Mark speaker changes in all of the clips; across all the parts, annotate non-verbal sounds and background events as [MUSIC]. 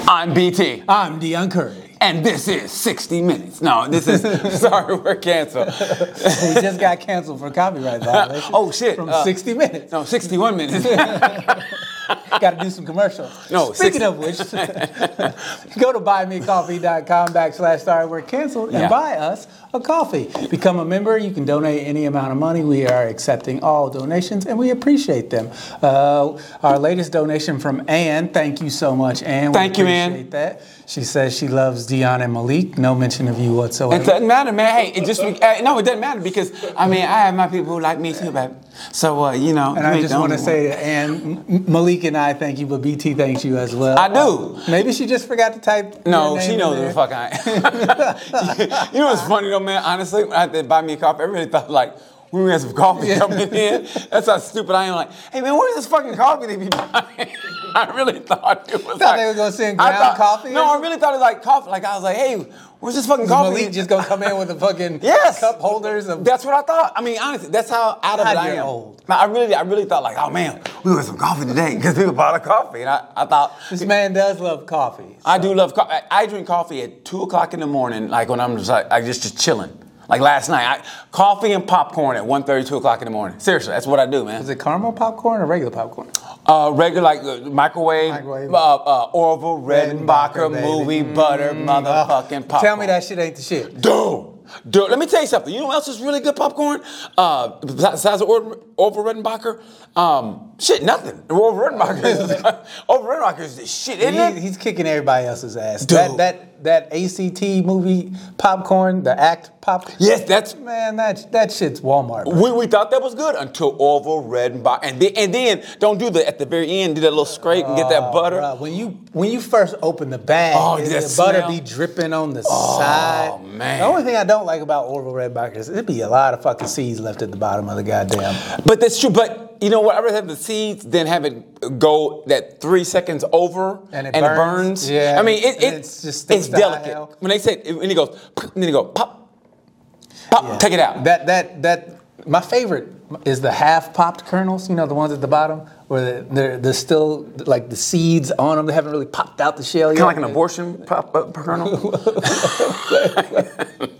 Speaker 1: I'm BT.
Speaker 2: I'm Dion Curry.
Speaker 1: And this is 60 Minutes. No, this is, [LAUGHS] sorry, we're canceled.
Speaker 2: [LAUGHS] We just got canceled for copyright violation.
Speaker 1: Oh, shit.
Speaker 2: From
Speaker 1: Uh,
Speaker 2: 60 minutes.
Speaker 1: No, 61 minutes. [LAUGHS]
Speaker 2: Got to do some commercials.
Speaker 1: No,
Speaker 2: Speaking
Speaker 1: 60
Speaker 2: of which, [LAUGHS] go to buymeacoffee.com backslash sorry we're canceled and
Speaker 1: Yeah.
Speaker 2: buy us a coffee. Become a member. You can donate any amount of money. We are accepting all donations and we appreciate them. Uh, our latest donation from Ann. Thank you so much, Ann. We
Speaker 1: Thank you, Ann.
Speaker 2: appreciate that. She says she loves Dion and Malik. No mention of you whatsoever.
Speaker 1: It doesn't matter, man. Hey, it just uh, no, it doesn't matter because I mean, I have my people who like me too, baby. So uh, you know,
Speaker 2: And
Speaker 1: you
Speaker 2: I
Speaker 1: ain't
Speaker 2: just
Speaker 1: the
Speaker 2: want to
Speaker 1: only
Speaker 2: say that, and M- Malik and I thank you, but BT thanks you as well.
Speaker 1: I do.
Speaker 2: Maybe she just forgot to type.
Speaker 1: one.
Speaker 2: your
Speaker 1: no,
Speaker 2: name
Speaker 1: she
Speaker 2: in
Speaker 1: knows who
Speaker 2: there.
Speaker 1: the fuck I am. [LAUGHS] you know what's funny though, man? Honestly, when I did buy me a coffee, everybody thought like. We were gonna have some coffee coming in. That's how stupid I am. Like, hey man, where's this fucking coffee they be buying? [LAUGHS] I really thought it was.
Speaker 2: Thought
Speaker 1: like-
Speaker 2: they were gonna send
Speaker 1: I
Speaker 2: ground coffee or
Speaker 1: No, I
Speaker 2: something?
Speaker 1: really thought it was like coffee. Like I was like, hey, where's this fucking
Speaker 2: Is
Speaker 1: coffee?
Speaker 2: Malik just gonna come in with the fucking
Speaker 1: [LAUGHS] Yes.
Speaker 2: cup holders of.
Speaker 1: That's what I thought. I mean, honestly, that's how out of
Speaker 2: God,
Speaker 1: it I
Speaker 2: you're
Speaker 1: am.
Speaker 2: old.
Speaker 1: Now, I really, I really thought like, oh man, we want some coffee today [LAUGHS] because people bought a coffee, and I, I thought.
Speaker 2: this man does love coffee.
Speaker 1: I do love coffee. I drink coffee at two o'clock in the morning, like when I'm just like I just, just chilling. Like last night, I, coffee and popcorn at 1.30, 2 o'clock in the morning. Seriously, that's what I do, man.
Speaker 2: Is it caramel popcorn or regular popcorn?
Speaker 1: Uh, regular, like uh, microwave,
Speaker 2: Microwave.
Speaker 1: Uh, uh, Orville
Speaker 2: Redenbacher,
Speaker 1: Redenbacher
Speaker 2: baby. Mm-hmm. Uh,
Speaker 1: movie butter motherfucking popcorn.
Speaker 2: Tell me that shit ain't the shit.
Speaker 1: Dude, dude, let me tell you something. You know what else is really good popcorn? Uh, besides Orville Orville Redenbacher, um, shit, nothing. Orville Redenbacher is [LAUGHS] Orville Redenbacher is the shit, isn't
Speaker 2: He,
Speaker 1: it?
Speaker 2: he's kicking everybody else's ass.
Speaker 1: Dude.
Speaker 2: That that that ACT movie popcorn, the act pop.
Speaker 1: Yes, that's.
Speaker 2: Man, that that shit's Walmart. bro.
Speaker 1: We, we thought that was good until Orville Redenbacher, and then and then don't do the at the very end, do that little scrape and get that butter.
Speaker 2: Oh, Bruh, when you when you first open the bag,
Speaker 1: Oh,
Speaker 2: is
Speaker 1: that
Speaker 2: the butter
Speaker 1: smell. Oh,
Speaker 2: be dripping on the side.
Speaker 1: man.
Speaker 2: The only thing I don't like about Orville Redbacher is it'd be a lot of fucking seeds left at the bottom of the goddamn.
Speaker 1: But that's true. But you know what? I'd rather have the seeds than have it go that three seconds over
Speaker 2: And it burns. Yeah,
Speaker 1: I mean, it,
Speaker 2: and
Speaker 1: it,
Speaker 2: it's just sticks
Speaker 1: it's
Speaker 2: to
Speaker 1: delicate.
Speaker 2: IL.
Speaker 1: When they say when it goes, and then it go pop, pop, [SIGHS] take it out.
Speaker 2: That that that my favorite is the half popped kernels. You know the ones at the bottom where they're they're still like the seeds on them. They haven't really popped out the shell yet.
Speaker 1: Kind of like an abortion pop, uh, kernel. [LAUGHS]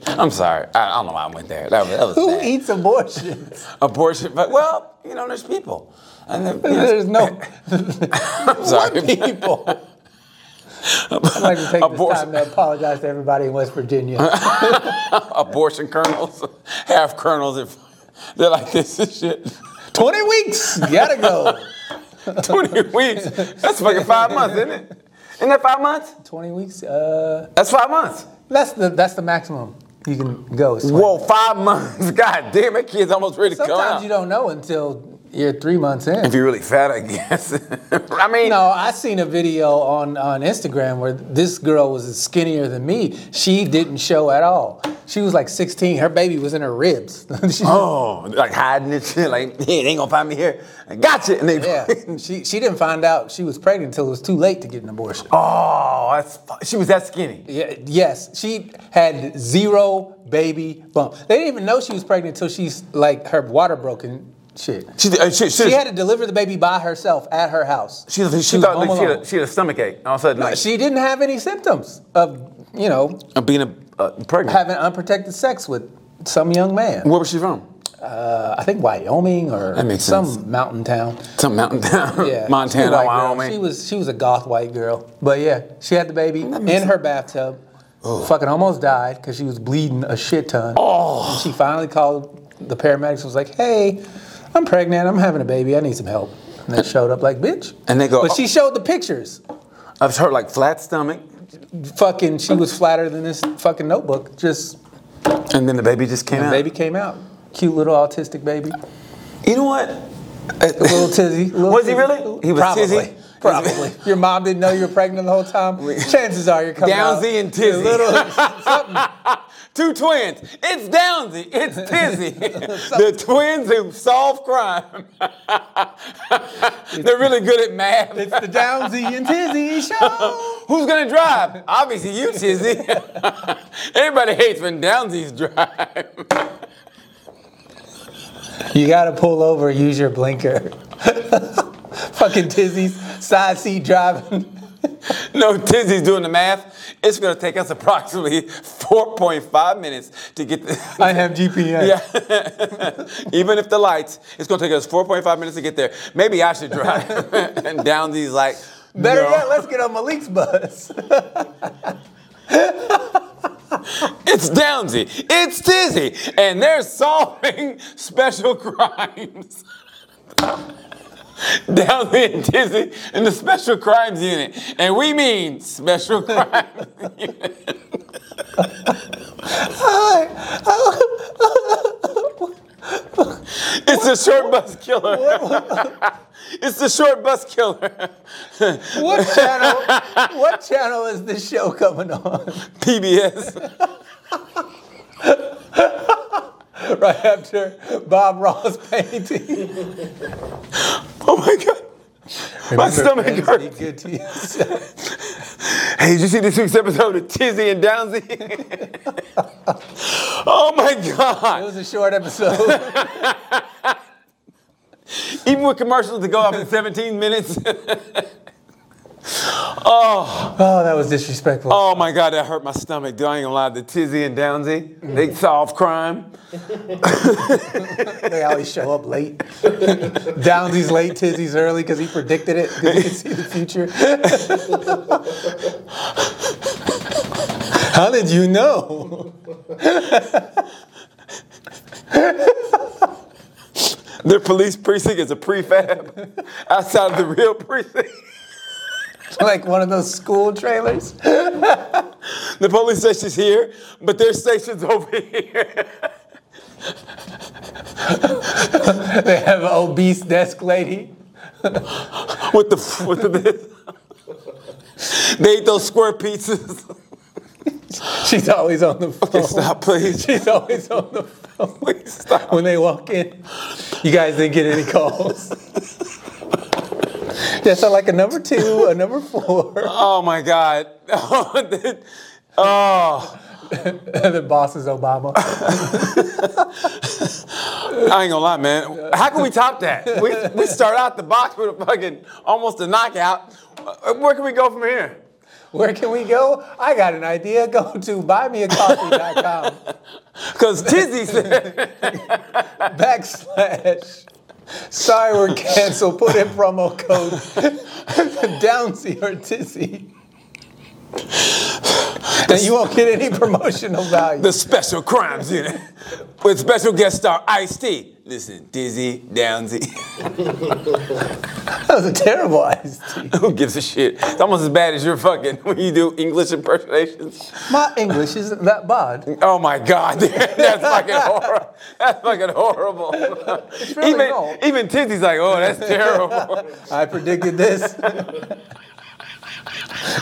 Speaker 1: I'm sorry. I, I don't know why I went there. That was, that was
Speaker 2: Who
Speaker 1: bad. [LAUGHS]
Speaker 2: eats abortions?
Speaker 1: abortion? But well, you know, there's people. And
Speaker 2: [LAUGHS]
Speaker 1: then, you know,
Speaker 2: [LAUGHS] There's no
Speaker 1: I'm sorry. [LAUGHS]
Speaker 2: people. I'd like to take this time
Speaker 1: Abortion.
Speaker 2: to apologize to everybody in West Virginia.
Speaker 1: [LAUGHS] abortion kernels, [LAUGHS] half kernels. if- They're like this and shit. [LAUGHS]
Speaker 2: 20 weeks. Gotta [LAUGHS] go.
Speaker 1: 20 weeks. That's fucking five months, isn't it? Isn't that five months?
Speaker 2: 20 weeks. Uh,
Speaker 1: That's five months.
Speaker 2: that's the that's the maximum you can go. is 20.
Speaker 1: Whoa, five months. [LAUGHS] God damn it, kid's almost ready to come
Speaker 2: Sometimes
Speaker 1: out.
Speaker 2: you don't know until you're three months in.
Speaker 1: if you're really fat, I guess. [LAUGHS] I mean,
Speaker 2: No, I seen a video on, on Instagram where this girl was skinnier than me. She didn't show at all. She was like 16. Her baby was in her ribs. [LAUGHS] She-
Speaker 1: oh, like hiding and shit. Like, [LAUGHS] yeah, they ain't gonna find me here. I gotcha. And they,
Speaker 2: Yeah, she she didn't find out she was pregnant until it was too late to get an abortion.
Speaker 1: [LAUGHS] oh, that's, fu- she was that skinny.
Speaker 2: Yeah, yes, she had zero baby bump. They didn't even know she was pregnant until she's like her water broke and shit.
Speaker 1: She, uh, she, she,
Speaker 2: She had to deliver the baby by herself at her house.
Speaker 1: she, she,
Speaker 2: was
Speaker 1: thought
Speaker 2: home
Speaker 1: like, she, had
Speaker 2: alone.
Speaker 1: a, she had a stomach ache. All of a sudden, like,
Speaker 2: She didn't have any symptoms of, you know,
Speaker 1: uh, being a, uh, pregnant.
Speaker 2: having unprotected sex with some young man.
Speaker 1: Where was she from?
Speaker 2: Uh, I think Wyoming or
Speaker 1: That makes
Speaker 2: some
Speaker 1: sense.
Speaker 2: mountain town.
Speaker 1: Some mountain [LAUGHS] town.
Speaker 2: [LAUGHS] Yeah, she
Speaker 1: Montana,
Speaker 2: was a white girl.
Speaker 1: Wyoming.
Speaker 2: She was she was a goth white girl, but yeah, she had the baby in her bathtub. Fucking almost died because she was bleeding a shit ton. Oh. she finally called the paramedics. and Was like, "Hey, I'm pregnant. I'm having a baby. I need some help." And they showed up like, "Bitch."
Speaker 1: And they go,
Speaker 2: But
Speaker 1: "Oh."
Speaker 2: she showed the pictures.
Speaker 1: I've heard like flat stomach,
Speaker 2: Fucking, she was flatter than this fucking notebook. Just
Speaker 1: and then the baby just came
Speaker 2: the
Speaker 1: out.
Speaker 2: baby came out. Cute little autistic baby.
Speaker 1: You know what? [LAUGHS]
Speaker 2: Little tizzy. Little
Speaker 1: Was he
Speaker 2: tizzy.
Speaker 1: really? He was
Speaker 2: Probably.
Speaker 1: tizzy?
Speaker 2: Probably. Your mom didn't know you were pregnant the whole time. Chances are you're coming out.
Speaker 1: Downsy and Tizzy. [LAUGHS]
Speaker 2: a little-
Speaker 1: Two twins. It's Downsy.
Speaker 2: [LAUGHS]
Speaker 1: It's Tizzy. [LAUGHS] the twins who solve crime. [LAUGHS] They're really good at math.
Speaker 2: it's the Downsy and Tizzy show.
Speaker 1: [LAUGHS] Who's gonna drive? Obviously you, Tizzy. [LAUGHS] Everybody hates when Downsy's drive. [LAUGHS]
Speaker 2: You gotta pull over. [LAUGHS] Use your blinker. Fucking Tizzy's side seat driving. [LAUGHS]
Speaker 1: no Tizzy's doing the math. It's going to take us approximately [LAUGHS] 4.5 minutes to get the. [LAUGHS]
Speaker 2: I have [LAUGHS] GPS.
Speaker 1: Yeah. [LAUGHS] Even if the lights, it's going to take us 4.5 minutes to get there. Maybe I should drive. [LAUGHS] and Downsy's like,
Speaker 2: Better
Speaker 1: no,
Speaker 2: yet, let's get on
Speaker 1: [LAUGHS]
Speaker 2: Malik's bus.
Speaker 1: it's Downsy, it's Tizzy, and they're solving [LAUGHS] special crimes. [LAUGHS] Downsy and Tizzy in the special crimes unit. And we mean special [LAUGHS] crimes unit. It's the short bus killer. [LAUGHS] it's the short bus killer. [LAUGHS]
Speaker 2: what channel? What channel is this show coming on? [LAUGHS]
Speaker 1: PBS.
Speaker 2: Right after Bob Ross painting.
Speaker 1: Oh my god. My stomach
Speaker 2: Remember,
Speaker 1: hurts.
Speaker 2: friends, Be good to yourself.
Speaker 1: [LAUGHS] Hey, did you see this week's episode of Tizzy and Downsy? [LAUGHS] oh my
Speaker 2: It
Speaker 1: god.
Speaker 2: was a short episode.
Speaker 1: Even with commercials that go off in 17 minutes.
Speaker 2: [LAUGHS]
Speaker 1: [LAUGHS]
Speaker 2: oh, that was disrespectful.
Speaker 1: Oh my god, that hurt my stomach. Dude, I ain't gonna lie, the Tizzy and Downsy, they solve crime.
Speaker 2: They always show up late. [LAUGHS] Downsy's late, Tizzy's early because he predicted it because he could see the future. [LAUGHS] How did you know?
Speaker 1: Their police precinct is a prefab [LAUGHS] outside of the real precinct. [LAUGHS]
Speaker 2: Like one of those school trailers?
Speaker 1: The police station's here, but their station's [LAUGHS] over here. [LAUGHS]
Speaker 2: They have an obese desk lady.
Speaker 1: What the f- what the [LAUGHS] They eat those square pizzas. [LAUGHS]
Speaker 2: She's always on the phone.
Speaker 1: Stop, please. [LAUGHS]
Speaker 2: She's always on the phone.
Speaker 1: Please stop.
Speaker 2: When they walk in, you guys didn't get any [LAUGHS] calls. That's like a number two, a number four.
Speaker 1: Oh my God. [LAUGHS] oh,
Speaker 2: [LAUGHS] the boss is Obama. [LAUGHS]
Speaker 1: I ain't gonna lie, man. How can we top that? We, we start out the box with a fucking almost a knockout. Where can we go from here?
Speaker 2: Where can we go? I got an idea. Go to buymeacoffee.com
Speaker 1: Because Tizzy [LAUGHS] said,
Speaker 2: backslash. Sorry, we're canceled. Put in promo code [LAUGHS] Downsy or Tizzy. And you won't get any promotional value.
Speaker 1: the special crimes unit with special guest star Ice T. Listen, Dizzy, Downsy. [LAUGHS]
Speaker 2: that was a terrible idea.
Speaker 1: Who gives a shit? It's almost as bad as your fucking when you do English impersonations.
Speaker 2: My English isn't that bad.
Speaker 1: Oh my God, [LAUGHS] that's fucking
Speaker 2: [LAUGHS]
Speaker 1: horrible. That's fucking horrible.
Speaker 2: really
Speaker 1: even
Speaker 2: not.
Speaker 1: even Tizzy's like, oh, that's
Speaker 2: [LAUGHS]
Speaker 1: terrible.
Speaker 2: I predicted this. [LAUGHS]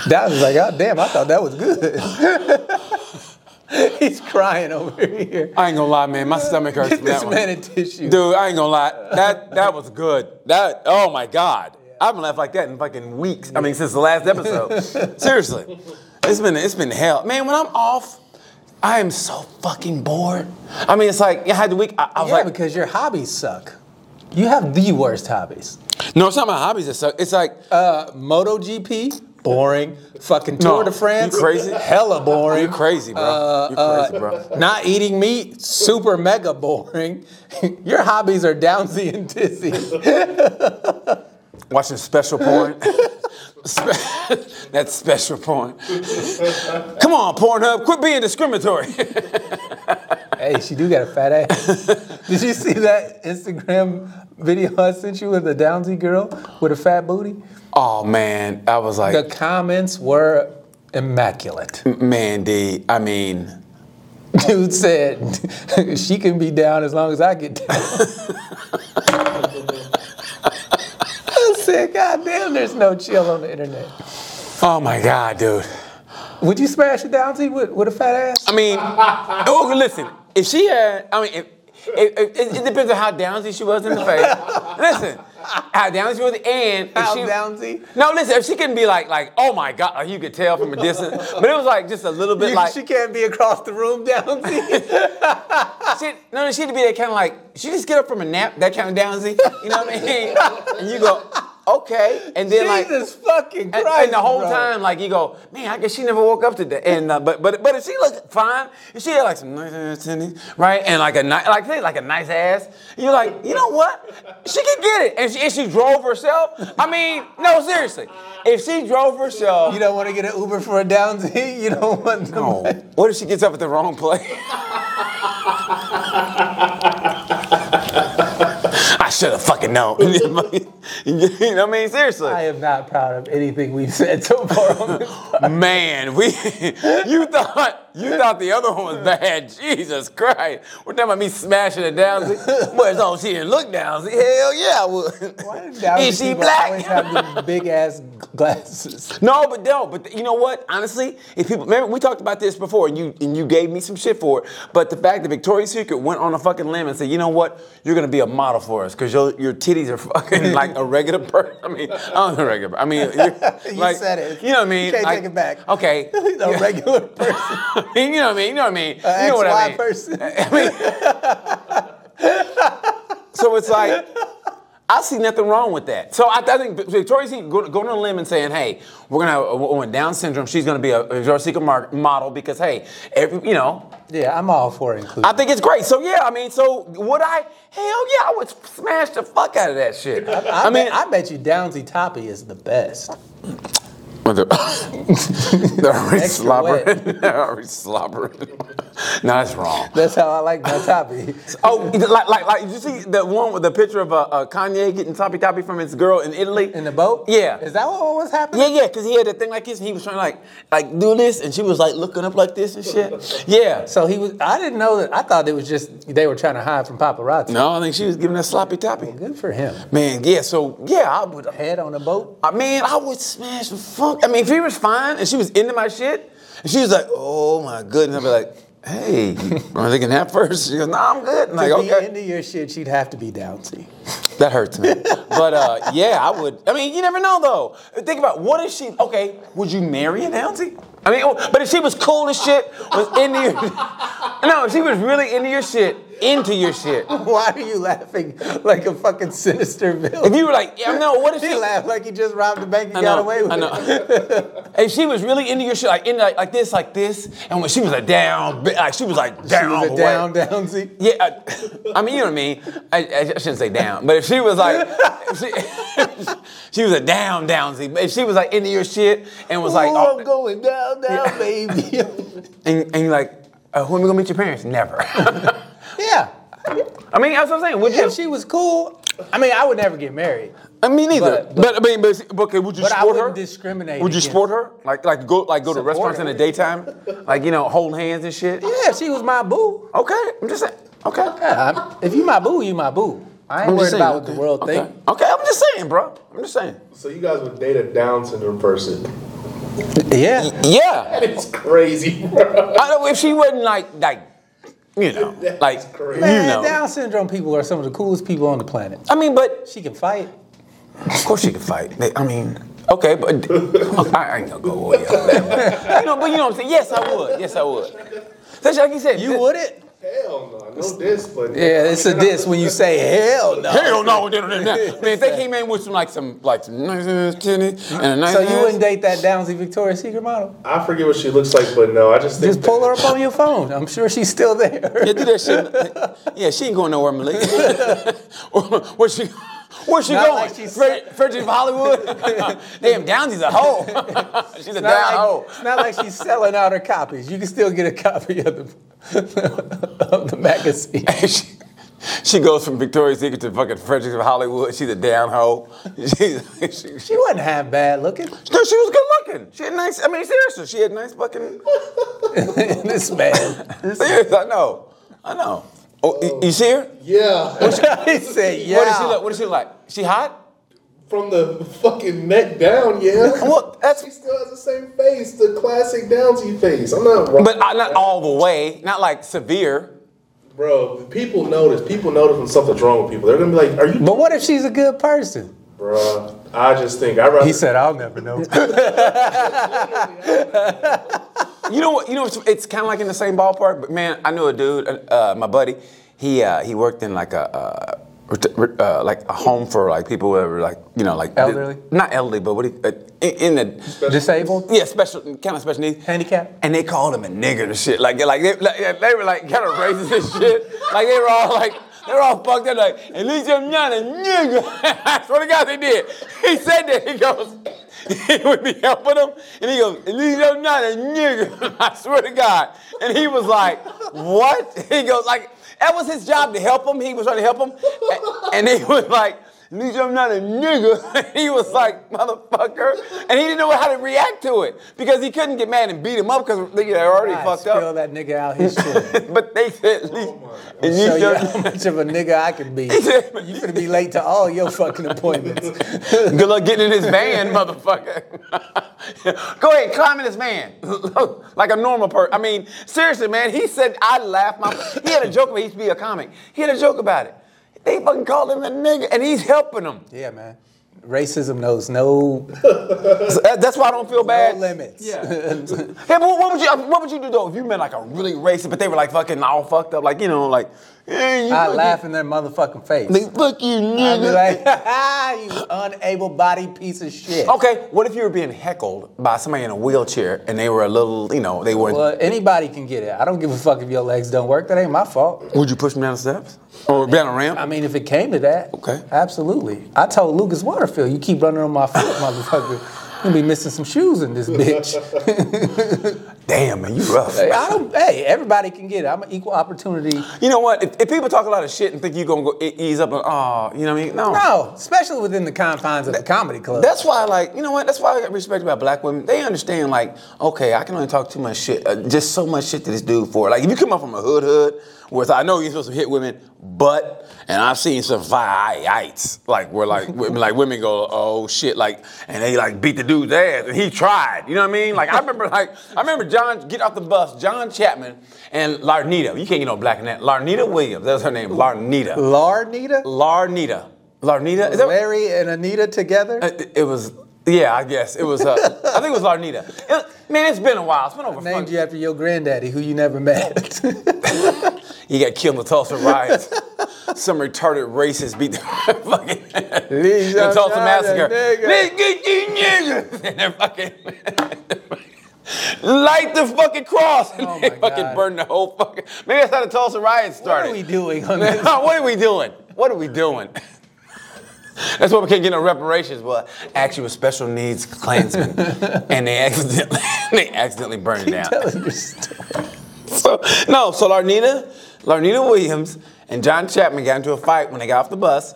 Speaker 2: Dowsy's like, God damn, I thought that was good. [LAUGHS] He's crying over here.
Speaker 1: I ain't gonna lie, man. My stomach hurts
Speaker 2: Get
Speaker 1: from
Speaker 2: this
Speaker 1: that
Speaker 2: man
Speaker 1: one.
Speaker 2: a tissue.
Speaker 1: Dude, I ain't gonna lie. That that was good. That oh my god. I haven't laughed like that in fucking weeks. I mean, since the last
Speaker 2: [LAUGHS]
Speaker 1: episode. Seriously, it's been it's been hell, man. When I'm off, I am so fucking bored. I mean, it's like I had the week. I, I was
Speaker 2: yeah,
Speaker 1: like,
Speaker 2: because your hobbies suck. You have the worst hobbies.
Speaker 1: no, it's not my hobbies. It's like, it's like
Speaker 2: Uh, MotoGP, boring. Fucking Tour
Speaker 1: No,
Speaker 2: de France,
Speaker 1: you crazy?
Speaker 2: Hella boring.
Speaker 1: you're crazy, bro.
Speaker 2: Uh,
Speaker 1: you're crazy, bro.
Speaker 2: Not eating meat, super mega boring. [LAUGHS] your hobbies are downsy and tizzy. [LAUGHS]
Speaker 1: Watching special porn. [LAUGHS] Spe- That's special porn. Come on, Pornhub, quit being discriminatory. [LAUGHS]
Speaker 2: hey, she do got a fat ass. Did you see that Instagram video I sent you with the downsy girl with a fat booty?
Speaker 1: oh man, I was like,
Speaker 2: The comments were immaculate.
Speaker 1: [LAUGHS] Mandy, I mean,
Speaker 2: Dude said, she can be down as long as I get
Speaker 1: [LAUGHS]
Speaker 2: down. I said, God damn, there's no chill on the internet.
Speaker 1: oh my God, dude.
Speaker 2: Would you smash it down to with, with a fat ass?
Speaker 1: I mean, [LAUGHS] oh, listen, if she had, I mean, if, if, if- it, it depends on how downsy she was in the face. listen, how downsy she was, and if
Speaker 2: How
Speaker 1: she,
Speaker 2: downsy?
Speaker 1: No, listen, if she can be like, like, oh my God, like you could tell from a distance, but it was like just a little bit
Speaker 2: You-
Speaker 1: like,
Speaker 2: she can't be across the room, Downsy.
Speaker 1: She, no, no,
Speaker 2: [LAUGHS]
Speaker 1: she'd be that kind of like, she just get up from a nap, that kind of downsy. You know what I mean? and you go, okay. And [LAUGHS] then like
Speaker 2: Jesus fucking
Speaker 1: and,
Speaker 2: Christ!
Speaker 1: and the whole
Speaker 2: bro.
Speaker 1: time, like you go, man, I guess she never woke up today. And uh, but but but if she looked fine, if she had like some nice ass titties, right? And like a nice like say, like a nice ass, you're like, you know what? She can get it. And she, if she drove herself, I mean, no, seriously, if she drove herself,
Speaker 2: you don't want to get an Uber for a [LAUGHS] downsy. You don't want to.
Speaker 1: Oh, what if she gets up at the wrong place? [LAUGHS] I should have fucking known. [LAUGHS] you know what I mean? Seriously.
Speaker 2: [LAUGHS] I am not proud of anything we've said so far
Speaker 1: [LAUGHS]
Speaker 2: on this.
Speaker 1: Man, we [LAUGHS] you thought you thought the other one was bad. Jesus Christ. We're talking about me smashing it down. Well, as long as she didn't look down. See, hell yeah, I would.
Speaker 2: Why do downsy
Speaker 1: Is she
Speaker 2: people Always
Speaker 1: black?
Speaker 2: have these big ass
Speaker 1: [LAUGHS]
Speaker 2: glasses. [LAUGHS]
Speaker 1: No, but no, but you know what? Honestly, if people remember, we talked about this before, and you and you gave me some shit for it. But the fact that Victoria's Secret went on a fucking limb and said, you know what, you're gonna be a model for us because your your titties are
Speaker 2: [LAUGHS]
Speaker 1: fucking like a regular person. I mean, I'm a regular. per- I mean, you're,
Speaker 2: You
Speaker 1: like,
Speaker 2: said it.
Speaker 1: You know what I mean?
Speaker 2: You can't
Speaker 1: Like,
Speaker 2: take it back. [LAUGHS]
Speaker 1: Okay. [LAUGHS]
Speaker 2: a regular person.
Speaker 1: you know what I mean? You know what I mean?
Speaker 2: An
Speaker 1: you know what I
Speaker 2: XY
Speaker 1: mean?
Speaker 2: person.
Speaker 1: [LAUGHS] I mean, so it's like I see nothing wrong with that. So I, I think Victoria's Secret go- going go on a limb and saying, "Hey, we're gonna have a woman with Down syndrome. She's gonna be a Victoria's Secret mar- model because hey, every, you know,
Speaker 2: Yeah, I'm all for inclusion.
Speaker 1: I think it's great. So yeah, I mean, so would I? Hell yeah, I would smash the fuck out of that shit. I,
Speaker 2: I,
Speaker 1: mean,
Speaker 2: bet, I bet you Downsy Toppy is the best.
Speaker 1: They're [LAUGHS] already
Speaker 2: Extra
Speaker 1: slobbering. [LAUGHS] They're already slobbering. [LAUGHS] no, that's wrong.
Speaker 2: That's how I
Speaker 1: [LAUGHS]
Speaker 2: like my Toppy.
Speaker 1: Oh, like, like, like, did you see the one with the picture of uh, uh, Kanye getting toppy toppy from his girl in Italy?
Speaker 2: In the boat?
Speaker 1: Yeah.
Speaker 2: Is that what was happening?
Speaker 1: yeah, yeah, because he had that thing like this, and he was trying to like, like do this, and she was like looking up like this and shit. Yeah.
Speaker 2: So he was. I didn't know that. I thought it was just they were trying to hide from paparazzi.
Speaker 1: No, I think she was giving that sloppy toppy.
Speaker 2: Good for him.
Speaker 1: Man, yeah. So yeah, I would.
Speaker 2: Head on a boat.
Speaker 1: I mean, I would smash the fuck. I mean, if he was fine and she was into my shit, and she was like, oh my goodness, I'd be like. Hey, you want to can have first? She goes, "No, I'm good." I'm like,
Speaker 2: to
Speaker 1: okay.
Speaker 2: be into your shit, she'd have to be Downsy.
Speaker 1: That hurts me. but uh, yeah, I would. I mean, you never know though. Think about what if she? Okay, would you marry an auntie? I mean, oh, but if she was cool as shit, was into your, [LAUGHS] no, if she was really into your shit, into your shit.
Speaker 2: [LAUGHS] Why are you laughing like a fucking sinister
Speaker 1: If
Speaker 2: villain?
Speaker 1: you were like, yeah, no, what if
Speaker 2: She
Speaker 1: she?
Speaker 2: laughed like he just robbed the bank and
Speaker 1: I
Speaker 2: got
Speaker 1: know,
Speaker 2: away with
Speaker 1: I know.
Speaker 2: it.
Speaker 1: if she was really into your shit, like into like, like this, like this, and when she was a down, bi- like she was like [LAUGHS] down,
Speaker 2: She was a
Speaker 1: boy.
Speaker 2: down Downsy.
Speaker 1: Yeah, I, I mean, you know what I mean. I, I shouldn't say down, but if she was like, if she, [LAUGHS] she was a down downsy. But if she was like into your shit and was like,
Speaker 2: Ooh,
Speaker 1: oh,
Speaker 2: I'm going down, down,
Speaker 1: Yeah.
Speaker 2: baby.
Speaker 1: [LAUGHS] and, and you're like, uh, when we gonna meet your parents? Never. [LAUGHS]
Speaker 2: yeah.
Speaker 1: I mean, that's what I'm saying. Would you?
Speaker 2: If she was cool, I mean, I would never get married.
Speaker 1: I mean, neither.
Speaker 2: But-
Speaker 1: But, I mean, but, okay, would you
Speaker 2: But I
Speaker 1: support her?
Speaker 2: wouldn't discriminate
Speaker 1: Would you
Speaker 2: against-
Speaker 1: support her? Like, like go, like go to
Speaker 2: Support
Speaker 1: restaurants in
Speaker 2: her.
Speaker 1: the daytime, like you know, holding hands and shit.
Speaker 2: Yeah, if she was my boo.
Speaker 1: Okay, I'm just saying. Okay.
Speaker 2: Yeah, I'm- if you my boo, you my boo. I ain't
Speaker 1: I'm
Speaker 2: worried
Speaker 1: just saying,
Speaker 2: about what the
Speaker 1: okay,
Speaker 2: world
Speaker 1: okay.
Speaker 2: think.
Speaker 1: Okay, I'm just saying, bro. I'm just saying.
Speaker 3: So you guys would date a Down syndrome person? [LAUGHS]
Speaker 2: Yeah.
Speaker 1: Yeah.
Speaker 3: It's crazy, bro.
Speaker 1: I know if she wasn't like like you know
Speaker 3: That's
Speaker 1: like you
Speaker 3: crazy.
Speaker 2: Man,
Speaker 1: know.
Speaker 2: Down syndrome people are some of the coolest people on the planet.
Speaker 1: I mean, but
Speaker 2: She can fight.
Speaker 1: of course she can fight. They- I mean, okay, but I ain't gonna go over there. You know, but you know what I'm saying. Yes, I would. Yes, I would. That's like you said.
Speaker 2: You wouldn't?
Speaker 3: Hell no, no diss, but
Speaker 2: Yeah, it's a diss when you say hell no.
Speaker 1: Hell no, no, no, no. I mean, if they came in with some like some like some nice ass tennis and a nice.
Speaker 2: So you wouldn't
Speaker 1: ass-
Speaker 2: date that Downsy Victoria's Secret model?
Speaker 3: I forget what she looks like, but no, I just think
Speaker 2: Just pull her up on your phone. I'm sure she's still there.
Speaker 1: [LAUGHS] Yeah, do that shit. Yeah, she ain't going nowhere, Malik. [LAUGHS] Where's she? Where's she
Speaker 2: Not
Speaker 1: going?
Speaker 2: like she's-
Speaker 1: Fred, Frederick of Hollywood. [LAUGHS] Damn, Downsy's a hoe. [LAUGHS] She's a down
Speaker 2: Not
Speaker 1: hoe.
Speaker 2: like, it's not like she's selling out her copies. You can still get a copy of the, of the magazine.
Speaker 1: [LAUGHS] she, she goes from Victoria's Secret to fucking Frederick of Hollywood. She's a down hoe. [LAUGHS] She's, she, she,
Speaker 2: She wasn't half bad looking. [LAUGHS]
Speaker 1: no, she was good looking. She had nice. I mean, seriously, she had nice fucking.
Speaker 2: this man.
Speaker 1: Seriously, I know. I know. Oh, you, you see her?
Speaker 3: yeah,
Speaker 2: he said, yeah.
Speaker 1: What does she look? What does she look like? She hot?
Speaker 3: [LAUGHS] from the fucking neck down, yeah.
Speaker 1: Well, that's.
Speaker 3: [LAUGHS] She still has the same face, the classic Downsy face. I'm not wrong,
Speaker 1: But uh, not all the way. Not like severe.
Speaker 3: bro. People notice. People notice when something's wrong with people. They're gonna be like, "Are you,
Speaker 2: But what if she's a good person?
Speaker 3: bro?" I just think I rather.
Speaker 2: He said, I'll
Speaker 1: [LAUGHS]
Speaker 2: never know.
Speaker 1: You know what? You know what's- it's kind of like in the same ballpark. But man, I knew a dude, uh, uh, my buddy. He uh, he worked in like a uh, ret- ret- uh, like a home for like people who are like you know like
Speaker 2: Elderly?
Speaker 1: not elderly, but what do you, uh, in, in the
Speaker 2: Disabled?
Speaker 1: yeah special kind of special needs
Speaker 2: Handicap?
Speaker 1: and they called him a nigger and shit. Like, like they, like, they were like kind of racist and shit. Like they were all like, they were all fucked up. Like, at least I'm not a nigger. [LAUGHS] I swear to God, they did. He said that. He goes, [LAUGHS] he would be helping him, and he goes, at least I'm not a nigger. [LAUGHS] I swear to God. And he was like, what? [LAUGHS] He goes like, that was his job to help him. He was trying to help him, and, and he [LAUGHS] was like. At least I'm not a nigga. [LAUGHS] he was like, motherfucker. And he didn't know how to react to it because he couldn't get mad and beat him up because they were already
Speaker 2: I
Speaker 1: fucked
Speaker 2: spill
Speaker 1: up.
Speaker 2: that nigga
Speaker 1: [LAUGHS]
Speaker 2: out his shit.
Speaker 1: but they said, at least, at least
Speaker 2: Show you
Speaker 1: I'm-
Speaker 2: how
Speaker 1: [LAUGHS]
Speaker 2: much of a nigga I can be.
Speaker 1: He
Speaker 2: You
Speaker 1: said, "But
Speaker 2: gonna be late to all your fucking appointments.
Speaker 1: [LAUGHS] Good luck getting in his van, [LAUGHS] motherfucker. Go ahead, climb in his van. [LAUGHS] like a normal person. I mean, seriously, man, he said, I laughed my. He had a joke about he used to be a comic. He had a joke about it. They fucking called him a nigga, and he's helping them.
Speaker 2: yeah, man. Racism knows no,
Speaker 1: So that- that's why I don't feel
Speaker 2: no
Speaker 1: bad.
Speaker 2: limits. [LAUGHS]
Speaker 1: Yeah, but what would you uh, what would you do though if you met like a really racist, but they were like fucking all fucked up, like you know, like hey, you
Speaker 2: I
Speaker 1: fucking-
Speaker 2: laugh in their motherfucking face.
Speaker 1: They fuck you,
Speaker 2: I'd be
Speaker 1: nigga.
Speaker 2: like, [LAUGHS] ha, you unable-bodied piece of shit.
Speaker 1: [LAUGHS] okay, what if you were being heckled by somebody in a wheelchair and they were a little, you know, they were.
Speaker 2: Well, anybody can get it. I don't give a fuck if your legs don't work. That ain't my fault.
Speaker 1: Would you push them down the steps or down a ramp?
Speaker 2: I mean, if it came to that,
Speaker 1: Okay.
Speaker 2: absolutely. I told Lucas Waterfield, you keep running on my foot,
Speaker 1: [LAUGHS]
Speaker 2: motherfucker. You'll be missing some shoes in this bitch. [LAUGHS]
Speaker 1: Damn, man, you rough.
Speaker 2: hey, I don't. Hey, everybody can get it. I'm an equal opportunity.
Speaker 1: You know what? If, if people talk a lot of shit and think you're gonna go e- ease up and oh, you know what I mean? No.
Speaker 2: No, especially within the confines of the comedy club.
Speaker 1: That's why, like, you know what? That's why I got respect about black women. They understand, like, okay, I can only talk too much shit, uh, just so much shit to this dude for. Like, if you come up from a hood hood, where it's, I know you're supposed to hit women, but, and I've seen some fights, like, where, like, women, like, women go, oh shit, like, and they, like, beat the dude's ass, and he tried. You know what I mean? Like, I remember, like, I remember John, get off the bus, John Chapman and Larnita. You can't get no black in that. Larnita Williams, that's her name, Larnita.
Speaker 2: Larnita,
Speaker 1: Larnita. Larnita? Is that
Speaker 2: Larry, and Anita together.
Speaker 1: Uh, it, it was, yeah, I guess it was. Uh, I think it was Larnita. It, man, it's been a while. It's been over.
Speaker 2: Named
Speaker 1: Fucking,
Speaker 2: you after your granddaddy, who you never met.
Speaker 1: he got killed in the Tulsa riots. Some retarded racist beat the [LAUGHS] fucking the
Speaker 2: Leave your
Speaker 1: Tulsa
Speaker 2: child a
Speaker 1: massacre.
Speaker 2: nigger.
Speaker 1: Let's get you niggas and they're fucking light the fucking cross and [LAUGHS]
Speaker 2: Oh
Speaker 1: they
Speaker 2: my
Speaker 1: fucking
Speaker 2: God.
Speaker 1: burn the whole fucking. Maybe that's how the Tulsa riots
Speaker 2: [LAUGHS] what
Speaker 1: started.
Speaker 2: are we doing on
Speaker 1: [LAUGHS]
Speaker 2: this?
Speaker 1: what are we doing? What are we doing? That's why we can't get no reparations. Well, actually, with special needs Klansmen, and they accidentally [LAUGHS] they accidentally burned it down.
Speaker 2: Telling your story.
Speaker 1: So no, so Larnita, Larnita Williams and John Chapman got into a fight when they got off the bus,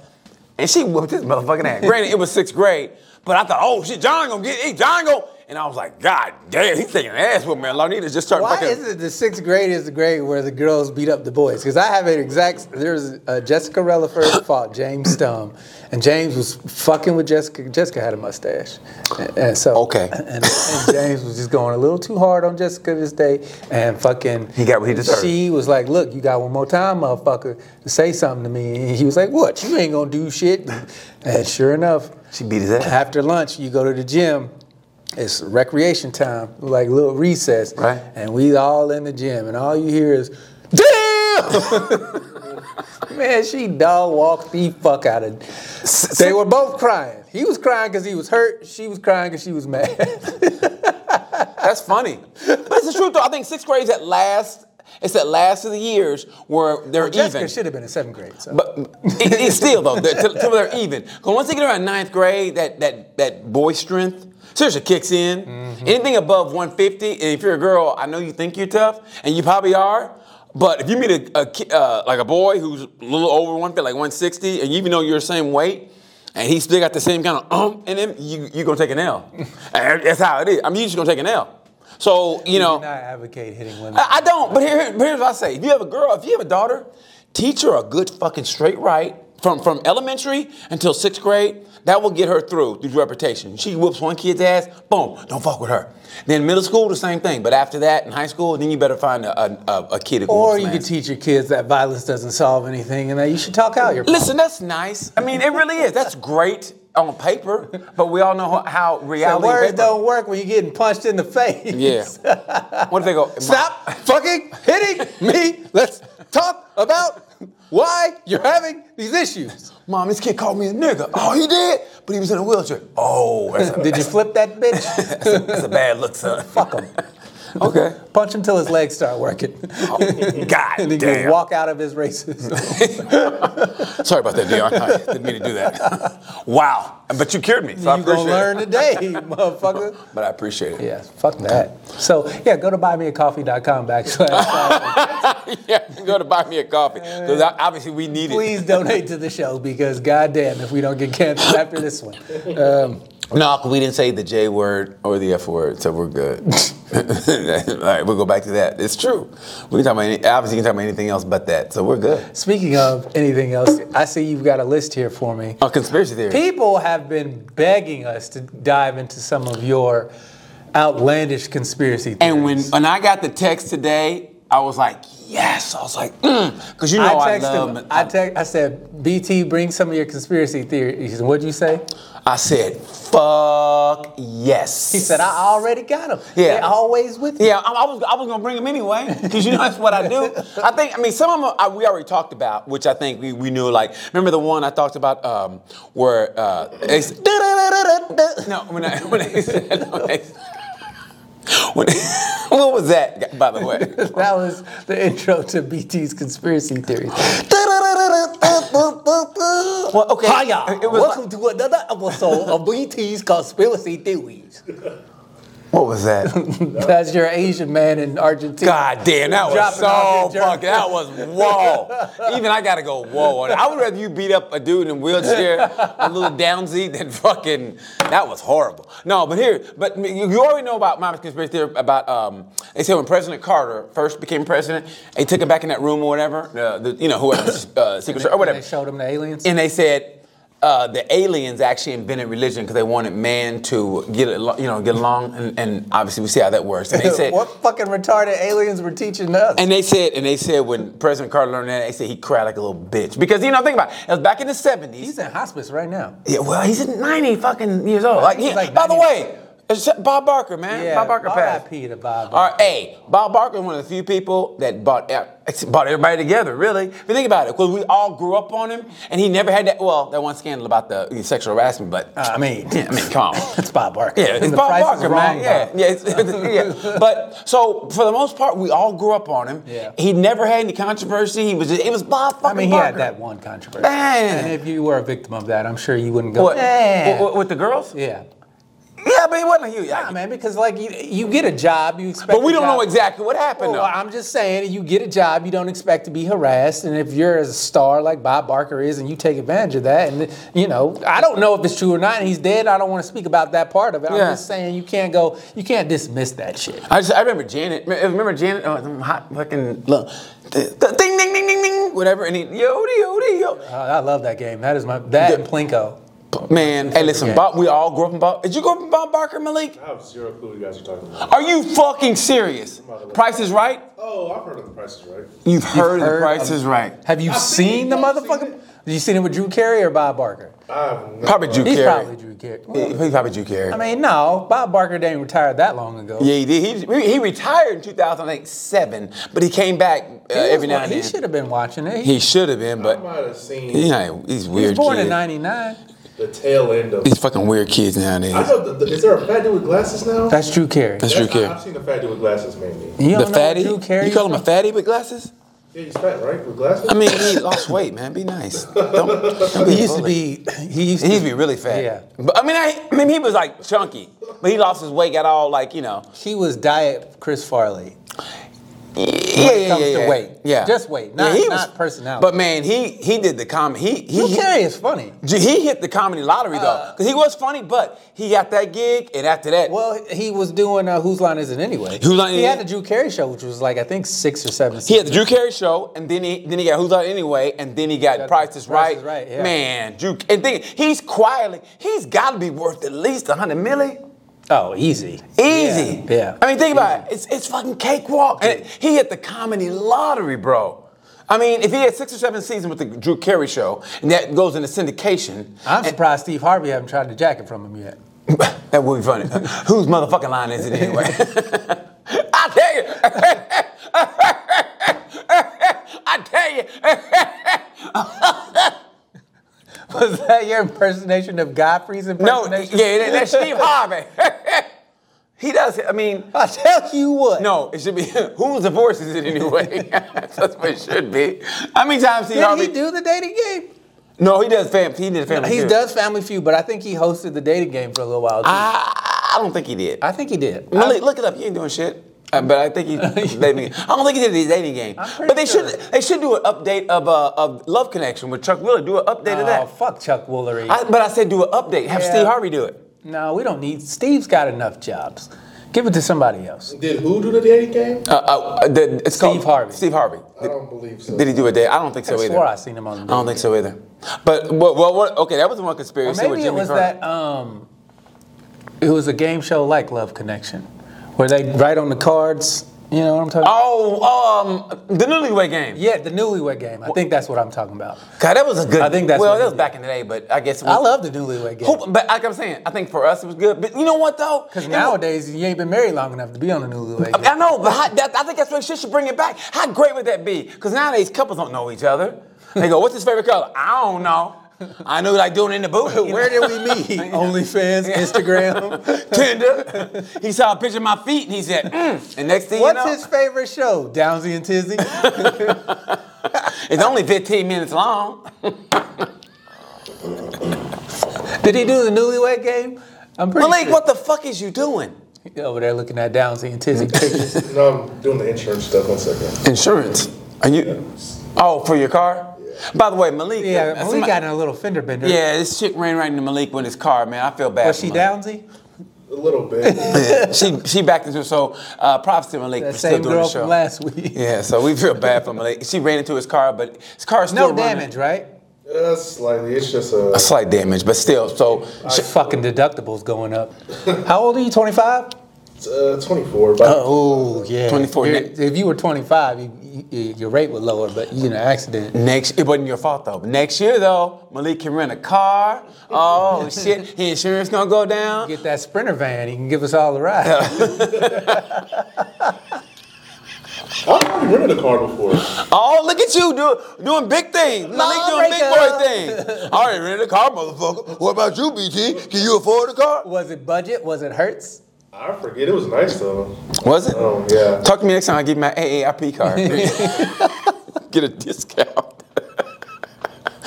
Speaker 1: and she whooped his motherfucking ass. Granted, it was sixth grade, but I thought, oh shit, John gonna get, hey, John go, and I was like, God damn, he's taking an ass whooping. man. Larnita just started
Speaker 2: Why
Speaker 1: fucking.
Speaker 2: is it the sixth grade is the grade where the girls beat up the boys? Because I have an exact. There's uh, Jessica Rutherford fought James Stum, and James was fucking with Jessica. Jessica had a mustache, and, and so
Speaker 1: Okay.
Speaker 2: And, and James was just going a little too hard on Jessica this day, and fucking
Speaker 1: He got what he deserved.
Speaker 2: She was like, "Look, you got one more time, motherfucker, to say something to me." And he was like, "What? You ain't gonna do shit." And sure enough,
Speaker 1: She beat his ass.
Speaker 2: after lunch, you go to the gym. It's recreation time, like little recess.
Speaker 1: Right.
Speaker 2: And we all in the gym, and all you hear is, damn! [LAUGHS] Man, she dog walked the fuck out of. They were both crying. He was crying because he was hurt. She was crying because she was mad. [LAUGHS]
Speaker 1: That's funny. But it's the truth though. I think sixth grade's at last. It's at last of the years where they're
Speaker 2: Jessica
Speaker 1: even.
Speaker 2: should have been in seventh grade. So.
Speaker 1: But it, it's still though, they're, till, till they're even. Because once they get around ninth grade, that that that boy strength seriously kicks in. Anything above 150, and if you're a girl, I know you think you're tough, and you probably are. But if you meet a, a ki- uh, like a boy who's a little over 150, like 160, and even though you're the same weight, and he still got the same kind of um in him, you you gonna take an L. and that's how it is. I mean, you just gonna take an L. So you know.
Speaker 2: do not advocate hitting women.
Speaker 1: I I don't. But here, here- here's what I say: if you have a girl, if you have a daughter, teach her a good fucking straight right from from elementary until sixth grade. That will get her through through reputation. She whoops one kid's ass, boom, don't fuck with her. Then middle school, the same thing. But after that, in high school, then you better find a a, a, a kid. who can whoop
Speaker 2: or
Speaker 1: some
Speaker 2: you could
Speaker 1: ass.
Speaker 2: teach your kids that violence doesn't solve anything, and that you should talk out your.
Speaker 1: Listen, that's nice. I mean, it really is. That's great on paper, but we all know how, how
Speaker 2: The
Speaker 1: reality.
Speaker 2: words
Speaker 1: paper-
Speaker 2: don't work when you're getting punched in the face. [LAUGHS]
Speaker 1: Yeah. what if they go?
Speaker 2: Stop fucking hitting me. Let's talk about why you're having these issues.
Speaker 1: Mom, this kid called me a nigga. Oh, he did? But he was in a wheelchair. Oh,
Speaker 2: [LAUGHS]
Speaker 1: that's a,
Speaker 2: Did you flip that bitch?
Speaker 1: that's a, that's a bad look, son.
Speaker 2: [LAUGHS] Fuck him.
Speaker 1: Okay.
Speaker 2: Punch him till his legs start working.
Speaker 1: Oh, God
Speaker 2: [LAUGHS] and then you
Speaker 1: damn.
Speaker 2: walk out of
Speaker 1: [LAUGHS]
Speaker 2: his [LAUGHS] racism.
Speaker 1: [LAUGHS] Sorry about that, DR. I didn't mean to do that. wow. But you cured me, so I
Speaker 2: you
Speaker 1: appreciate
Speaker 2: gonna learn
Speaker 1: it.
Speaker 2: today, [LAUGHS] motherfucker.
Speaker 1: But I appreciate it.
Speaker 2: Yeah, fuck that. So yeah, go to buymeacoffee.com
Speaker 1: [LAUGHS]
Speaker 2: backslash.
Speaker 1: yeah, go to buy me a coffee. Because obviously we need it.
Speaker 2: Please donate to the show because goddamn, if we don't get canceled after this one, um,
Speaker 1: No, we didn't say the J word or the F word, so we're
Speaker 2: [LAUGHS]
Speaker 1: good. [LAUGHS] All right, we'll go back to that. It's true. We can talk about any, obviously you can talk about anything else but that, so we're good.
Speaker 2: speaking of anything else, I see you've got a list here for me.
Speaker 1: A conspiracy theory.
Speaker 2: People have been begging us to dive into some of your outlandish conspiracy theories.
Speaker 1: And when and I got the text today, I was like, yes. I was like, mm, because you know I,
Speaker 2: I texted
Speaker 1: love.
Speaker 2: him. I, text, I said, "BT, bring some of your conspiracy theories." What'd you say?
Speaker 1: I said, fuck yes.
Speaker 2: He said, "I already got them.
Speaker 1: Yeah.
Speaker 2: They're always with me."
Speaker 1: Yeah, I, I was I was gonna bring them anyway because you know that's what I do. I think I mean some of them I, we already talked about, which I think we, we knew. Like remember the one I talked about um, where uh, they s- [LAUGHS] no when I, when they said [LAUGHS] when, they, when [LAUGHS] they- what was that by the way?
Speaker 2: [LAUGHS] That was the intro to BT's conspiracy theories.
Speaker 1: Well, okay,
Speaker 2: Hiya,
Speaker 1: it was
Speaker 2: welcome
Speaker 1: like-
Speaker 2: to another episode of BT's
Speaker 1: [LAUGHS]
Speaker 2: conspiracy theories.
Speaker 1: what was that?
Speaker 2: That's your Asian man in Argentina.
Speaker 1: God damn, that was
Speaker 2: Dropping
Speaker 1: so
Speaker 2: off your
Speaker 1: fucking.
Speaker 2: jerk.
Speaker 1: That was whoa. Even I gotta go whoa. on it. I would rather you beat up a dude in a wheelchair, a little downsy, than fucking. That was horrible. No, but here, but you you already know about my conspiracy theory about. Um, they said when President Carter first became president, they took him back in that room or whatever. Uh, the, you know, whoever,
Speaker 2: [COUGHS]
Speaker 1: uh, secret Service or
Speaker 2: And
Speaker 1: whatever.
Speaker 2: they showed him the aliens.
Speaker 1: And they said uh, the aliens actually invented religion because they wanted man to get al- you know get along, and, and obviously we see how that works.
Speaker 2: [LAUGHS]
Speaker 1: And they said
Speaker 2: what fucking retarded aliens were teaching us?
Speaker 1: and they said, and they said when President Carter learned that, they said he cried like a little bitch because you know think about it. It was back in the
Speaker 2: He's
Speaker 1: seventies.
Speaker 2: in hospice right now.
Speaker 1: Yeah, well, he's in ninety fucking years old. Like,
Speaker 2: He's
Speaker 1: he,
Speaker 2: like
Speaker 1: by the
Speaker 2: 90.
Speaker 1: way, it's Bob Barker, man. Bob Barker passed.
Speaker 2: RIP to Bob.
Speaker 1: All right, hey, Bob Barker is one of the few people that brought brought everybody together. Really, if you think about it, because we all grew up on him, and he never had that. Well, that one scandal about the sexual harassment, but
Speaker 2: Uh, I mean,
Speaker 1: yeah, I mean, come on.
Speaker 2: it's Bob Barker.
Speaker 1: Yeah, [LAUGHS] it's
Speaker 2: The
Speaker 1: Bob
Speaker 2: price is
Speaker 1: Barker,
Speaker 2: wrong,
Speaker 1: man. Yeah,
Speaker 2: Bob.
Speaker 1: yeah, it's, it's- [LAUGHS] yeah. But so for the most part, we all grew up on him.
Speaker 2: Yeah.
Speaker 1: He never had any controversy. He was just, it was Bob fucking
Speaker 2: I mean, he
Speaker 1: Barker.
Speaker 2: had that one controversy.
Speaker 1: Man.
Speaker 2: And if you were a victim of that, I'm sure you wouldn't go.
Speaker 1: What,
Speaker 2: "Eh."
Speaker 1: what- what- with the girls? Yeah,
Speaker 2: Yeah.
Speaker 1: but it wasn't you.
Speaker 2: Nah, man, because like you, you get a job, you expect.
Speaker 1: But we
Speaker 2: a
Speaker 1: don't
Speaker 2: job-
Speaker 1: know exactly what happened
Speaker 2: Well,
Speaker 1: though.
Speaker 2: I'm just saying, you get a job, you don't expect to be harassed, and if you're a star like Bob Barker is, and you take advantage of that, and you know, I don't know if it's true or not, and he's dead. I don't want to speak about that part of it.
Speaker 1: Yeah.
Speaker 2: I'm just saying, you can't go, you can't dismiss that shit.
Speaker 1: I just I remember Janet. I Remember Janet? Oh, them hot fucking look. Th- th- Ding ding ding ding ding. Whatever. And he yo de, yo de, yo.
Speaker 2: Uh, I love that game. That is my that and Plinko.
Speaker 1: Man, hey, listen,
Speaker 2: game.
Speaker 1: Bob. We all grew up in Bob. Did you grow up in Bob Barker, Malik?
Speaker 3: I have zero clue what you guys are talking about.
Speaker 1: Are you fucking serious? Price is Right.
Speaker 3: Oh, I've heard of the prices, right?
Speaker 1: You've heard, of
Speaker 2: heard
Speaker 1: the Price
Speaker 2: of-
Speaker 1: is Right.
Speaker 2: Have you
Speaker 3: I've
Speaker 2: seen
Speaker 3: seen
Speaker 2: the
Speaker 3: it. I've seen
Speaker 2: motherfucker? You seen it with Drew Carey or Bob Barker?
Speaker 3: I have no
Speaker 1: Probably Drew
Speaker 2: He's
Speaker 1: Carey.
Speaker 2: probably Drew Carey.
Speaker 1: Yeah, he probably Drew Carey.
Speaker 2: I mean, no, Bob Barker didn't retire that long ago.
Speaker 1: yeah, he did. He, he retired in 2007, but he came back uh,
Speaker 2: He was
Speaker 1: every now
Speaker 2: one-
Speaker 1: and
Speaker 2: he
Speaker 1: then.
Speaker 2: should have been watching it. He,
Speaker 1: He should have been,
Speaker 3: I
Speaker 1: but
Speaker 3: might have seen
Speaker 1: you know, he's
Speaker 2: he
Speaker 1: weird.
Speaker 2: was born
Speaker 1: kids.
Speaker 2: in '99.
Speaker 3: the tail end of.
Speaker 1: These fucking weird kids
Speaker 3: I
Speaker 1: nowadays.
Speaker 3: know. The, the, is there a fat dude with glasses now?
Speaker 2: That's Drew Carey.
Speaker 1: That's Drew
Speaker 3: That's- I-
Speaker 1: Carey.
Speaker 3: I've seen a fat dude with glasses mainly.
Speaker 2: You
Speaker 1: The
Speaker 2: don't know
Speaker 1: fatty?
Speaker 2: Drew Carey?
Speaker 1: You call him a fatty with glasses?
Speaker 3: Yeah, he's fat, right? With glasses.
Speaker 1: I mean, he lost weight, man. Be nice. Don't, don't be
Speaker 2: He
Speaker 1: a
Speaker 2: used to
Speaker 1: bully.
Speaker 2: be. He used
Speaker 1: He
Speaker 2: to.
Speaker 1: used to be really fat.
Speaker 2: Yeah.
Speaker 1: But I mean, I, I mean, he was like chunky, but he lost his weight, got all like you know.
Speaker 2: He was diet Chris Farley.
Speaker 1: Yeah,
Speaker 2: when it
Speaker 1: yeah,
Speaker 2: comes
Speaker 1: yeah,
Speaker 2: to
Speaker 1: yeah.
Speaker 2: weight.
Speaker 1: Yeah,
Speaker 2: Just weight, not-
Speaker 1: he
Speaker 2: not personality.
Speaker 1: But man, he he did the comedy. He he
Speaker 2: Drew Carey is funny.
Speaker 1: Gee, He hit the comedy lottery though,
Speaker 2: Uh,
Speaker 1: because he was funny, but he got that gig, and after that,
Speaker 2: Well, he was doing uh, Whose Line Is It Anyway?
Speaker 1: Whose Line Is
Speaker 2: he
Speaker 1: It?
Speaker 2: had the Drew Carey show, which was like I think six or seven.
Speaker 1: he had the Drew Carey show, and then he then he got Who's On Anyway, and then he got
Speaker 2: Got
Speaker 1: Price Is
Speaker 2: Price
Speaker 1: Right.
Speaker 2: is Right, yeah.
Speaker 1: Man, Drew, and then he's quietly, he's got to be worth at least a hundred milli.
Speaker 2: oh, easy.
Speaker 1: Easy.
Speaker 2: Yeah, yeah.
Speaker 1: I mean, think about it. It's it's fucking cakewalk. And he hit the comedy lottery, bro. I mean, if he had six or seven seasons with the Drew Carey show, and that goes into syndication,
Speaker 2: I'm surprised Steve Harvey haven't tried to jack it from him yet. [LAUGHS]
Speaker 1: [LAUGHS] that would be funny. Whose motherfucking line is it anyway? [LAUGHS] I [LAUGHS] tell you. I tell you.
Speaker 2: your impersonation of Godfrey's
Speaker 1: No,
Speaker 2: impersonation?
Speaker 1: yeah, that- that's Steve Harvey. [LAUGHS] he does. I mean,
Speaker 2: [LAUGHS] I tell you what.
Speaker 1: no, it should be [LAUGHS] whose divorce is it anyway? [LAUGHS] that's what it should be. How many times Steve
Speaker 2: Did
Speaker 1: Harvey?
Speaker 2: he do the dating game?
Speaker 1: no, he does. Fam- he did family.
Speaker 2: He
Speaker 1: Feud.
Speaker 2: does Family Feud, but I think he hosted the dating game for a little while. Too.
Speaker 1: Ah.
Speaker 2: I,
Speaker 1: I, I don't think he did.
Speaker 2: think he did.
Speaker 1: Malik, look it up. You ain't doing shit. Uh, but I
Speaker 2: [LAUGHS]
Speaker 1: think he dating. I don't think he did the dating game.
Speaker 2: I'm pretty
Speaker 1: But they
Speaker 2: sure.
Speaker 1: should they should do an update of uh, of Love Connection with Chuck Willer. Do an update
Speaker 2: oh,
Speaker 1: of that.
Speaker 2: fuck Chuck Woolery.
Speaker 1: I, but I said do an update. Have
Speaker 2: Yeah.
Speaker 1: Steve Harvey do it.
Speaker 2: no, we don't need. Steve's got enough jobs. Give it to somebody else.
Speaker 3: Did who do the dating game?
Speaker 1: Uh, uh, the, it's
Speaker 2: Steve
Speaker 1: called
Speaker 2: Harvey.
Speaker 1: Steve Harvey.
Speaker 3: I don't believe so.
Speaker 1: Did he do a date? I don't think so
Speaker 2: I
Speaker 1: either.
Speaker 2: swore I seen him on the
Speaker 1: I don't think so either. But well, well, what, okay, that was one
Speaker 2: Or
Speaker 1: conspiracy. with
Speaker 2: maybe it
Speaker 1: Jimmy
Speaker 2: was
Speaker 1: Carter.
Speaker 2: that. Um, it was a game show like Love Connection, where they write on the cards. You know what I'm talking about?
Speaker 1: Oh, um, the Newlywed Game.
Speaker 2: Yeah, the Newlywed Game. I think that's what I'm talking about.
Speaker 1: God, that was a good.
Speaker 2: I think that's
Speaker 1: well,
Speaker 2: what
Speaker 1: that
Speaker 2: he
Speaker 1: was
Speaker 2: did.
Speaker 1: back in the day, but I guess it was,
Speaker 2: I love the Newlywed Game.
Speaker 1: Who, but like I'm saying, I think for us it was good. But you know what though?
Speaker 2: Because
Speaker 1: It
Speaker 2: nowadays you ain't been married long enough to be on a newlywed.
Speaker 1: I know, but how, that, I think that's what shit should bring it back. How great would that be? Because nowadays couples don't know each other. They go, "What's his favorite color?" I don't know. I knew like doing it in the booth.
Speaker 2: Where did we [LAUGHS] meet? OnlyFans, [LAUGHS] Instagram.
Speaker 1: [LAUGHS] Tinder. He saw a picture of my feet and he said, mm. and next thing
Speaker 2: [LAUGHS] What's
Speaker 1: you know,
Speaker 2: his favorite show? Downsy and Tizzy.
Speaker 1: it's only 15 minutes long.
Speaker 2: [LAUGHS] Did he do the newlywed game? I'm pretty
Speaker 1: Malik,
Speaker 2: sure.
Speaker 1: what the fuck is you doing?
Speaker 2: He over there looking at Downsy and Tizzy pictures.
Speaker 3: No, I'm doing the insurance stuff. One second.
Speaker 1: Insurance. Are you? Oh, for your car? By the way, Malik.
Speaker 2: [LAUGHS] yeah,
Speaker 1: uh,
Speaker 2: Malik
Speaker 1: somebody-
Speaker 2: got in a little fender bender.
Speaker 1: Yeah, this chick ran right into Malik with his car, man. I feel bad.
Speaker 2: Was
Speaker 1: for
Speaker 2: she
Speaker 1: Malik.
Speaker 2: Downsy?
Speaker 3: A little
Speaker 1: [LAUGHS]
Speaker 3: bit.
Speaker 1: Yeah, she she backed into it. So uh, props to Malik
Speaker 2: That
Speaker 1: for still
Speaker 2: same
Speaker 1: doing
Speaker 2: girl
Speaker 1: the show.
Speaker 2: from last week.
Speaker 1: yeah, so we feel bad for Malik. She ran into his car, but his car is still
Speaker 2: No damage, right?
Speaker 3: Uh, slightly. It's just uh, a.
Speaker 1: A slight damage, but still. So she,
Speaker 2: Fucking deductibles going
Speaker 1: [LAUGHS]
Speaker 2: up. How old are you? 25?
Speaker 3: It's, uh, 24. But
Speaker 2: Oh yeah.
Speaker 1: 24
Speaker 2: You're-
Speaker 1: next.
Speaker 2: If you were 25, you, you, your rate would lower, but you know, accident.
Speaker 1: next it wasn't your fault though. Next year though, Malik can rent a car.
Speaker 2: [LAUGHS]
Speaker 1: Oh shit, his insurance gonna go down.
Speaker 2: Get that sprinter van. He can give us all a ride.
Speaker 3: I've already rented a car before.
Speaker 1: Oh look at you do, doing big things. Malik doing big boy
Speaker 2: Lawbreaker.
Speaker 1: things. I already rented a car, motherfucker. What about you, BT? Can you afford a car?
Speaker 2: [LAUGHS] Was it budget? Was it Hertz?
Speaker 3: I forget. It was nice though.
Speaker 1: Was it?
Speaker 3: Oh yeah.
Speaker 1: Talk to me next time I give you my AARP card. Get a discount.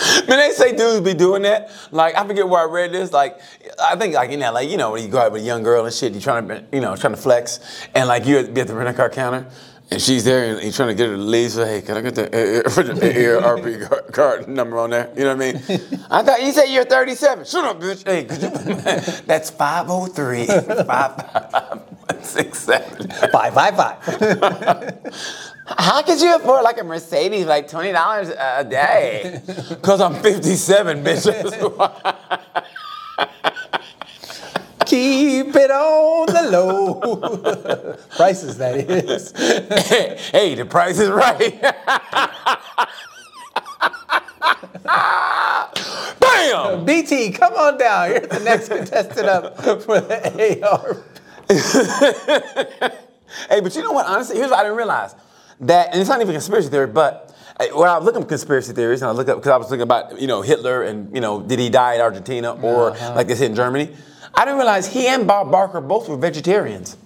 Speaker 1: [LAUGHS] Man, they say dudes be doing that. Like, I forget where I read this. Like, I think like in that, like, you know, when you go out with a young girl and shit, you're trying to, you know, trying to flex, and like you be at the rental car counter, and she's there, and you're trying to get her to leave. So, hey, can I get the [LAUGHS] AARP car- card number on there? You know what I mean? I thought you said you're 37. Shut up, bitch. Hey, could you? That's [LAUGHS] 503 555
Speaker 2: Five, five, five.
Speaker 1: [LAUGHS] How could you afford like a Mercedes, like twenty dollars a day? Cause I'm 57, bitch. [LAUGHS]
Speaker 2: Keep it on the low. [LAUGHS] Prices, that is.
Speaker 1: hey, the price is right. [LAUGHS] Bam! [LAUGHS]
Speaker 2: BT, come on down. You're the next contestant up for the AR.
Speaker 1: Hey, but you know what? Honestly, here's what I didn't realize that, and it's not even conspiracy theory, but uh, when I was looking up conspiracy theories, and I look up because I was thinking about you know Hitler and you know did he die in Argentina or like they said in Germany, I didn't realize he and Bob Barker both were vegetarians.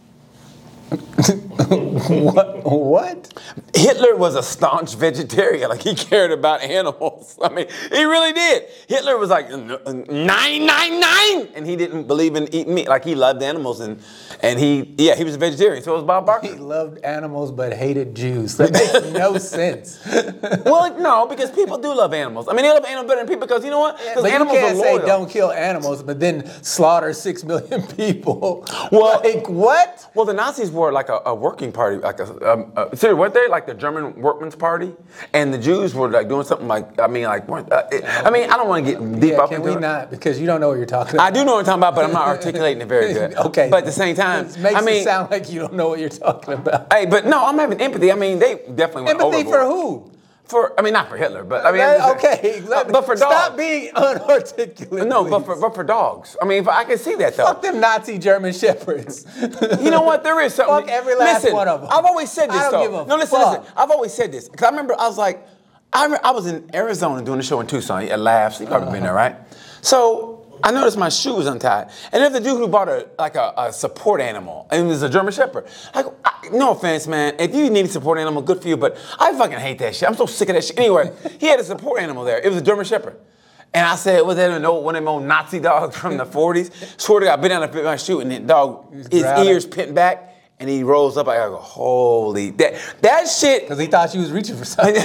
Speaker 2: What? What?
Speaker 1: Hitler was a staunch vegetarian. Like he cared about animals. [LAUGHS] I mean, he really did. Hitler was like "N- nine, nine, nine, and he didn't believe in eating meat. Like he loved animals, and and he yeah he was a vegetarian. So was Bob
Speaker 2: He
Speaker 1: Barker.
Speaker 2: loved animals but hated Jews. That makes no sense.
Speaker 1: [LAUGHS] well, no, because people do love animals. I mean, they love animals better than people because you know what? Because
Speaker 2: But you
Speaker 1: animals
Speaker 2: can't
Speaker 1: are
Speaker 2: say
Speaker 1: loyal.
Speaker 2: don't kill animals, but then slaughter six million people.
Speaker 1: Well-
Speaker 2: like what?
Speaker 1: Well, the Nazis were like a, a working party, like a, um, uh, seriously, weren't they like the German Workmen's Party? And the Jews were like doing something like, I mean, like, weren't, uh, it- I mean, I don't want to get deep
Speaker 2: Yeah,
Speaker 1: up
Speaker 2: can
Speaker 1: into
Speaker 2: we
Speaker 1: it.
Speaker 2: not? Because you don't know what you're talking
Speaker 1: I
Speaker 2: about.
Speaker 1: do know what I'm talking about, but I'm not articulating it
Speaker 2: [LAUGHS]
Speaker 1: very good.
Speaker 2: okay.
Speaker 1: But at the same time,
Speaker 2: It makes
Speaker 1: I mean,
Speaker 2: it sound like you don't know what you're talking about.
Speaker 1: hey, but no, I'm having empathy. I mean, they definitely went
Speaker 2: Empathy for
Speaker 1: overboard.
Speaker 2: who?
Speaker 1: For I mean, not for Hitler, but I mean,
Speaker 2: That-
Speaker 1: I'm just saying- [LAUGHS] Uh,
Speaker 2: okay, let-
Speaker 1: but for
Speaker 2: stop
Speaker 1: dogs.
Speaker 2: being unarticulate.
Speaker 1: no, but
Speaker 2: please.
Speaker 1: for, but for dogs. I mean, if I can see that though.
Speaker 2: fuck them Nazi German shepherds.
Speaker 1: You know what?
Speaker 2: [LAUGHS]
Speaker 1: There is something.
Speaker 2: Fuck every last
Speaker 1: listen,
Speaker 2: one of 'em.
Speaker 1: I've always said this
Speaker 2: I don't
Speaker 1: though.
Speaker 2: give a
Speaker 1: no, listen,
Speaker 2: fuck.
Speaker 1: listen. I've always said this because I remember I was like, I, remember, I was in Arizona doing a show in Tucson at Laughs. You probably been there, right? So I noticed my shoe was untied, and there's a dude who bought a like a, a support animal, and it's a German Shepherd. Like, I, no offense, man. If you need a support animal, good for you. But I fucking hate that shit. I'm so sick of that shit. Anyway, he had a support animal there. It was a German Shepherd. And I said, was that an old one of them old Nazi dogs from the 40s? Swear to God, I bit down and bit my shoe, and the dog, his
Speaker 2: growling.
Speaker 1: ears pinned back, and he rolls up. I go, holy, that that shit [LAUGHS]
Speaker 2: Because he thought she was reaching for something.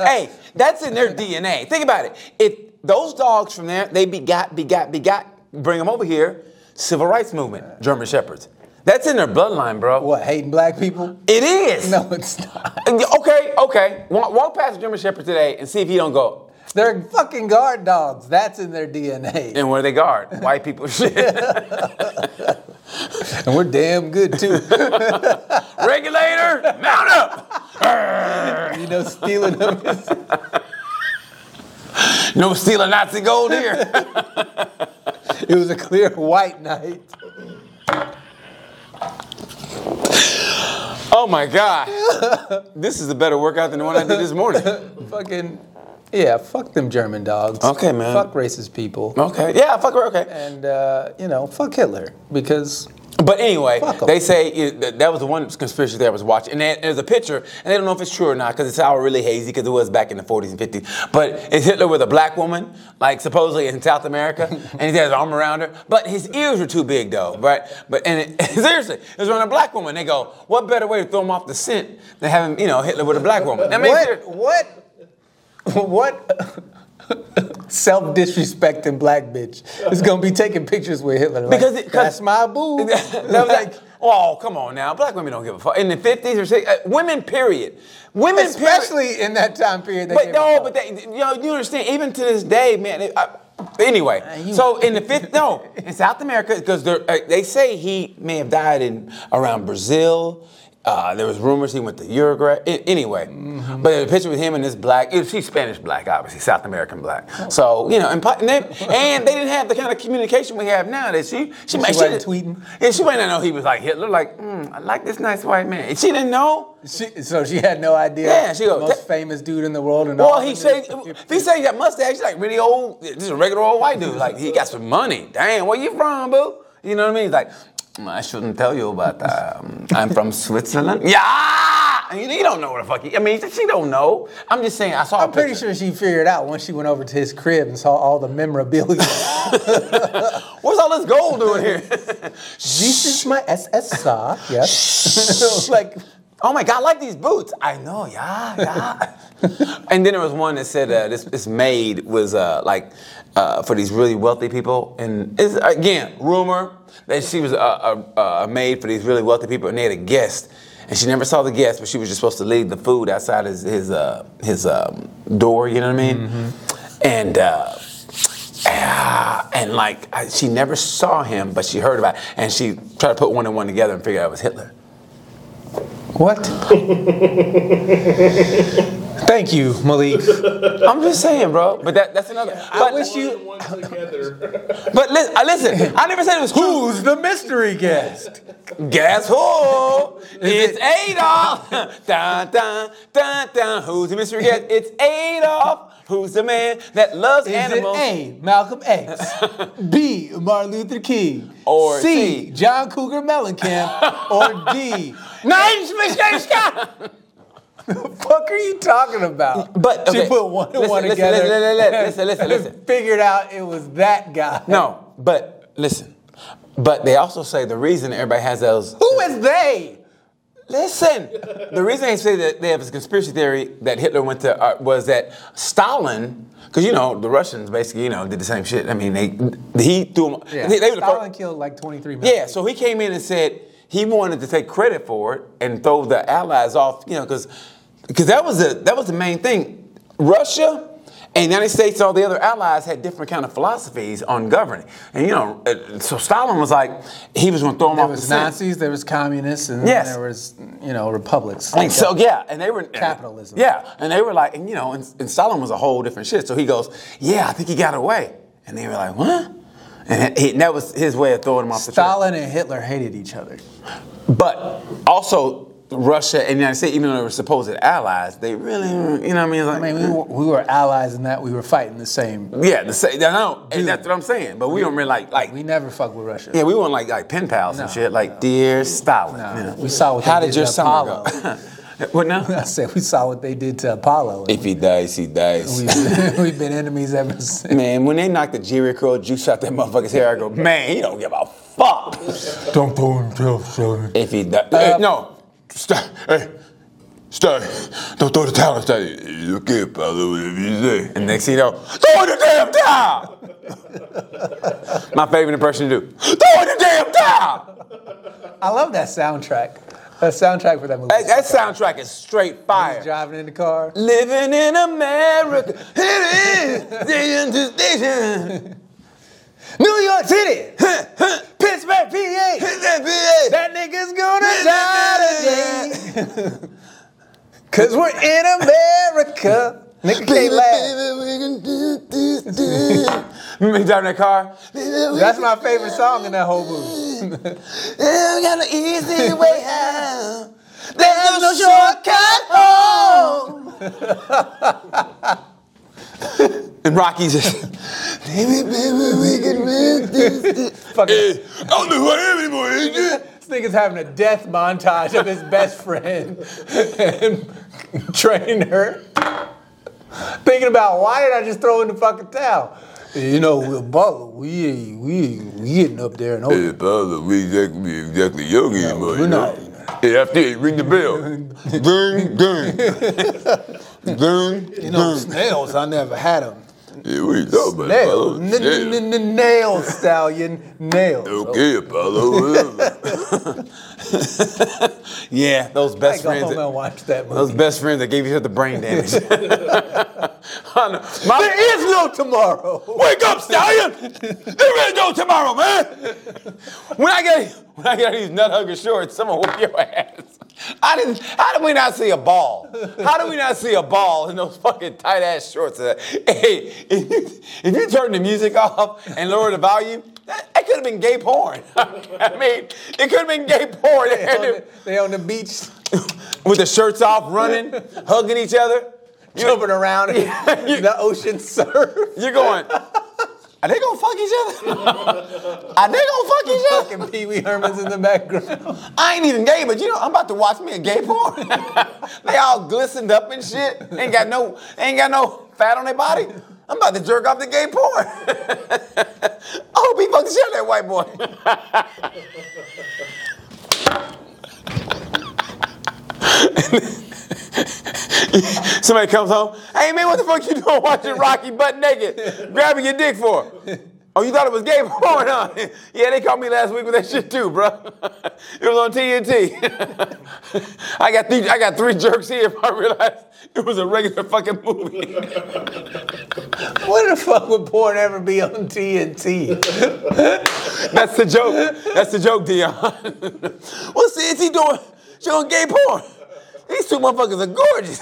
Speaker 1: hey, that's in their DNA. Think about it. If those dogs from there, they begot, begot, begot, bring them over here, civil rights movement, German Shepherds. That's in their bloodline, bro.
Speaker 2: [LAUGHS] what, hating black people?
Speaker 1: It is.
Speaker 2: No, it's not.
Speaker 1: Okay, okay. Walk, walk past a German Shepherd today and see if he don't go.
Speaker 2: They're fucking guard dogs. That's in their DNA.
Speaker 1: And where they guard? White people [LAUGHS] shit.
Speaker 2: [LAUGHS] And we're damn good, too.
Speaker 1: Regulator, mount up.
Speaker 2: you know, stealing them. is- [LAUGHS]
Speaker 1: No stealing Nazi gold here.
Speaker 2: It was a clear white night.
Speaker 1: oh my
Speaker 2: [LAUGHS]
Speaker 1: God. This is a better workout than the one I did this morning.
Speaker 2: [LAUGHS] Fucking, yeah, fuck them German dogs.
Speaker 1: Okay, man.
Speaker 2: Fuck racist people.
Speaker 1: Okay. Yeah, fuck, okay.
Speaker 2: And, uh, you know, fuck Hitler. Because
Speaker 1: But anyway,
Speaker 2: Fuck 'em.
Speaker 1: they say it, that- that was the one conspiracy that I was watching, and there- there's a picture, and they don't know if it's true or not because it's all really hazy because it was back in the 40s and 50s. But it's Hitler with a black woman, like supposedly in South
Speaker 2: [LAUGHS]
Speaker 1: America, and he has his arm around her, but his ears were too big though, right? But and it, [LAUGHS] seriously, it was around a black woman. They go, what better way to throw him off the scent than having you know Hitler with a black woman? I mean, ser-
Speaker 2: what? What? What? Self disrespecting black bitch is gonna be taking pictures with Hitler. Like,
Speaker 1: Because it- 'cause-
Speaker 2: that's my
Speaker 1: [LAUGHS]
Speaker 2: boo.
Speaker 1: that was
Speaker 2: [LAUGHS]
Speaker 1: like, oh, come on now, black women don't give a fuck. In the 50s or 60s, uh, women, period, women, period.
Speaker 2: especially in that time period. They
Speaker 1: But
Speaker 2: gave
Speaker 1: no,
Speaker 2: a
Speaker 1: but
Speaker 2: fuck.
Speaker 1: they, you know, you understand. Even to this day, man. It, I, anyway,
Speaker 2: you-
Speaker 1: so in the fifth, no, in South America, because uh, they say he may have died in around Brazil. Uh, there was rumors he went to Uruguay. A- anyway,
Speaker 2: Mm-hmm.
Speaker 1: but there's a picture with him and this black. It, she's Spanish black, obviously, South American black. So you know, and, po- and, they, and they didn't have the kind of communication we have now. That she she, might-
Speaker 2: wasn't
Speaker 1: did-
Speaker 2: tweeting?
Speaker 1: Yeah, she might not know he was like Hitler. Like, mm, I like this nice white man. And she didn't know.
Speaker 2: she, so she had no idea.
Speaker 1: Yeah, she
Speaker 2: the
Speaker 1: goes, "That-
Speaker 2: most famous dude in the world. And all
Speaker 1: Well, he
Speaker 2: of
Speaker 1: said
Speaker 2: this-
Speaker 1: if he said he got mustache, he's like really old, just a regular old white dude. Like he got some money. Damn, where you from, boo? You know what I mean? He's like, "Mm, I shouldn't tell you, but um, I'm from Switzerland. Yeah, And you, you don't know where the fuck. He, I mean, she don't know. I'm just saying. I saw. a
Speaker 2: I'm pretty
Speaker 1: picture.
Speaker 2: sure she figured out once she went over to his crib and saw all the
Speaker 1: [LAUGHS]
Speaker 2: memorabilia.
Speaker 1: What's all this gold doing here?
Speaker 2: this is my SSR. Yes. [LAUGHS] like,
Speaker 1: Oh my God, I like these boots. I know, yeah, yeah. [LAUGHS] and then there was one that said uh, this, this maid was uh, like uh, for these really wealthy people. And it's, again, rumor that she was a, a, a maid for these really wealthy people and they had a guest. And she never saw the guest, but she was just supposed to leave the food outside his, his, uh, his um, door, you know what I mean? And uh, Ah, and like I, she never saw him, but she heard about it, and she tried to put one and one together and figure out it was Hitler.
Speaker 2: what? [LAUGHS] Thank you, Malik.
Speaker 1: I'm just saying, bro. But that, that's another.
Speaker 2: I
Speaker 1: But,
Speaker 2: wish you.
Speaker 3: One together. [LAUGHS]
Speaker 1: but listen, I, listen, I never said it was true.
Speaker 2: Who's the mystery guest?
Speaker 1: Guess who? It's Adolf. [LAUGHS] dun, dun, dun, dun. Who's the mystery guest? It's Adolf. Who's the man that loves
Speaker 2: Is
Speaker 1: animals?
Speaker 2: it A. Malcolm X,
Speaker 1: [LAUGHS]
Speaker 2: B. Martin Luther King,
Speaker 1: Or
Speaker 2: C.
Speaker 1: C.
Speaker 2: John Cougar Mellencamp,
Speaker 1: [LAUGHS]
Speaker 2: or D.
Speaker 1: Name's Mr. Scott.
Speaker 2: [LAUGHS] Fuck are you talking about?
Speaker 1: But,
Speaker 2: she
Speaker 1: okay.
Speaker 2: put one and
Speaker 1: Listen,
Speaker 2: one
Speaker 1: listen,
Speaker 2: together.
Speaker 1: listen, listen, listen, listen, listen.
Speaker 2: and [LAUGHS] Figured out it was that guy.
Speaker 1: No, but listen. But they also say the reason everybody has those
Speaker 2: Who is they?
Speaker 1: Listen, the reason they say that they have this conspiracy theory that Hitler went to uh, was that Stalin, because you know the Russians basically you know did the same shit. I mean they he threw them. They, they were the
Speaker 2: Stalin
Speaker 1: first,
Speaker 2: killed like 23 men.
Speaker 1: yeah, so he came in and said he wanted to take credit for it and throw the Allies off. You know because that was the that was the main thing. Russia. And the United States and all the other allies had different kind of philosophies on governing. And you know, uh, so Stalin was like, he was going to throw them
Speaker 2: There
Speaker 1: off
Speaker 2: was
Speaker 1: the scent.
Speaker 2: Nazis, there was communists, and
Speaker 1: Yes.
Speaker 2: there was, you know, republics.
Speaker 1: And so yeah, and they were
Speaker 2: Capitalism.
Speaker 1: Yeah, and they were like, and you know, and, and Stalin was a whole different shit. So he goes, yeah, I think he got away, and they were like, what? And, he, and that was his way of throwing him off the track.
Speaker 2: Stalin and Hitler hated each other.
Speaker 1: But also, Russia and the United States, even though they were supposed allies, they really, weren't, you know what I mean? It's
Speaker 2: I
Speaker 1: Like, uh,
Speaker 2: mean, we were, we were allies in that we were fighting the same.
Speaker 1: yeah, the same. I know, and that's what I'm saying. But we don't really like, like,
Speaker 2: We never fuck with Russia.
Speaker 1: yeah, we weren't like like pen pals and
Speaker 2: No,
Speaker 1: shit. Like, dear Stalin.
Speaker 2: No,
Speaker 1: you know.
Speaker 2: we saw what
Speaker 1: How
Speaker 2: they
Speaker 1: did
Speaker 2: did
Speaker 1: your
Speaker 2: to
Speaker 1: summer go? [LAUGHS] what
Speaker 2: [LAUGHS] I [LAUGHS]
Speaker 1: now?
Speaker 2: said we saw what they did to Apollo.
Speaker 1: [LAUGHS] If he dies, he dies.
Speaker 2: We've, we've been [LAUGHS] enemies ever since.
Speaker 1: Man, when they knocked the Jerry Curl juice out that motherfucker's hair, I go, man, he don't give a fuck
Speaker 2: Don't pull himself, son.
Speaker 1: if he does.
Speaker 2: Uh,
Speaker 1: no, stop. Hey, stop. Don't throw the towel. Stop. You can't follow whatever you say. And next thing you know, throw in the damn towel. My favorite impression to do. Throw in the damn towel.
Speaker 2: I love that soundtrack. That soundtrack for that movie.
Speaker 1: That, that soundtrack is straight
Speaker 2: He's
Speaker 1: fire.
Speaker 2: driving in the car.
Speaker 1: Living in America, it is station to station.
Speaker 2: New York City, Pittsburgh, PA.
Speaker 1: That
Speaker 2: That nigga's gonna die today. [LAUGHS] Cause we're in America. Nigga can't laugh.
Speaker 1: [LAUGHS] Remember he driving that car?
Speaker 2: That's my favorite song in that whole movie.
Speaker 1: We got an [LAUGHS] easy way out. There's no shortcut home. and Rocky just, baby, baby, we can make this.
Speaker 2: Fucking,
Speaker 1: Eh, [LAUGHS] I don't know who I am anymore, AJ.
Speaker 2: this nigga's having a death montage of his best friend and [LAUGHS] train her. Thinking about why did I just throw in the fucking towel? You know, we're both, we we we getting up there and over.
Speaker 1: Hey, Father, we exactly, exactly young anymore.
Speaker 2: we're
Speaker 1: you
Speaker 2: not.
Speaker 1: know? Hey, after you ring the [LAUGHS] bell. ding, [LAUGHS] ding. ding,
Speaker 2: You know,
Speaker 1: ding.
Speaker 2: snails, I never had them.
Speaker 1: Yeah, what are you talking about,
Speaker 2: Nails,
Speaker 1: Apollo?
Speaker 2: N- n-
Speaker 1: oh, Yeah.
Speaker 2: n- n- nail stallion, nails.
Speaker 1: Okay, Apollo. [LAUGHS] yeah, those
Speaker 2: I
Speaker 1: best
Speaker 2: go
Speaker 1: friends.
Speaker 2: home and
Speaker 1: That,
Speaker 2: watch that movie.
Speaker 1: those best friends that gave each other brain damage. [LAUGHS] I know. My-
Speaker 2: There is no tomorrow.
Speaker 1: Wake up, stallion! There is no tomorrow, man. When I get when I get out of these nut hugger shorts, someone whoop your ass. I didn't. How did we not see a ball? How do we not see a ball in those fucking tight ass shorts? Uh, Hey, if you, if you turn the music off and lower the volume, that, that could have been gay porn. [LAUGHS] I mean, it could have been gay [LAUGHS] porn.
Speaker 2: [LAUGHS] They on the- they on the beach
Speaker 1: With the shirts off, running, hugging each other. [LAUGHS] You know,
Speaker 2: jumping around in the ocean surf.
Speaker 1: You're going. Are they gonna fuck each other? [LAUGHS] Are they gonna fuck each other?
Speaker 2: [LAUGHS] Fucking Pee Wee Herman's in the background.
Speaker 1: I ain't even gay, but you know I'm about to watch me a gay porn. [LAUGHS] they all glistened up and shit. Ain't got no, ain't got no fat on their body. I'm about to jerk off the gay porn. [LAUGHS] I hope he fucking shit out that white boy. Somebody comes home. Hey man, what the fuck you doing [LAUGHS] watching Rocky butt naked, grabbing your dick for? Oh, you thought it was gay porn, huh? [LAUGHS] Yeah, they called me last week with that shit too, bro. [LAUGHS] It was on TNT. [LAUGHS] I got three, I got three jerks here. If I realized it was a regular fucking movie. [LAUGHS]
Speaker 2: What the fuck would porn ever be on [LAUGHS] TNT?
Speaker 1: That's the joke. That's the joke, Dion. [LAUGHS] What's is he doing? Showing gay porn. These two motherfuckers are gorgeous.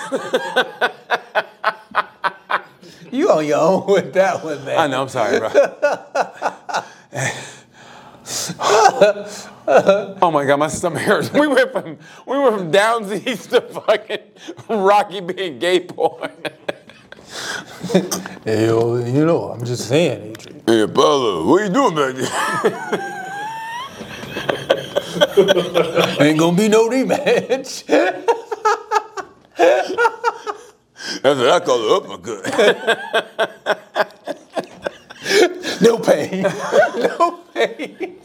Speaker 2: You on your own with that one, man.
Speaker 1: I know. I'm sorry, [LAUGHS] bro. oh my god, my stomach hurts. We went from we went from downsies to fucking Rocky being gay porn.
Speaker 2: [LAUGHS] Hey, yo, you know, I'm just saying, Adrian.
Speaker 1: Hey, Apollo, what you doing back there?
Speaker 2: Ain't gonna be no rematch.
Speaker 1: That's what I call an uppercut.
Speaker 2: no pain. [LAUGHS] no pain.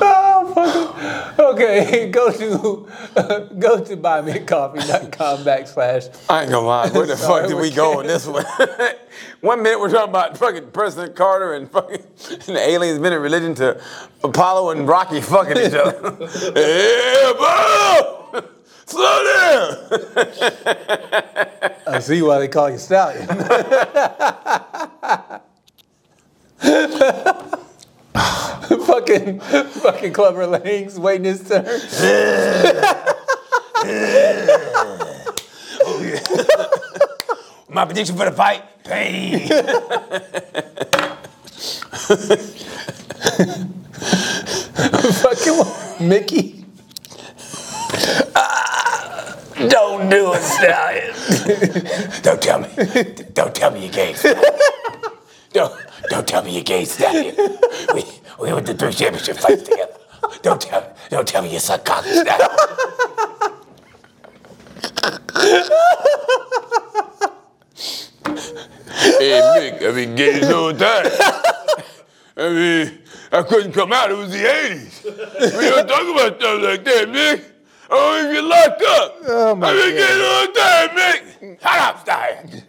Speaker 2: oh, fuck. Okay, [LAUGHS] go to go to buymeacoffee.com backslash
Speaker 1: I ain't gonna lie. Where the
Speaker 2: Sorry,
Speaker 1: fuck did
Speaker 2: we
Speaker 1: we go on this one? [LAUGHS] one minute we're talking about fucking President Carter and fucking and the aliens been in religion to Apollo and Rocky fucking each [LAUGHS] other. hey, Apollo! Slow down!
Speaker 2: I see why they call you stallion. [LAUGHS] fucking fucking clever legs waiting his turn.
Speaker 1: My prediction for the fight, pain.
Speaker 2: Fucking Mickey.
Speaker 1: Don't do it, Stallion. [LAUGHS] don't tell me. Don't tell me you're gay. Stallion. Don't, don't tell me you're gay, Stallion. We, we went to three championship fights together. Don't tell, don't tell me you suck cock, Stallion.
Speaker 4: Hey, Mick, I've been gay this whole time. I mean, I couldn't come out. It was the 80s. We don't talk about stuff like that, Mick. I don't even get locked up.
Speaker 2: Oh, my
Speaker 4: I've been gay the whole time, Mick. Shut up, Stein.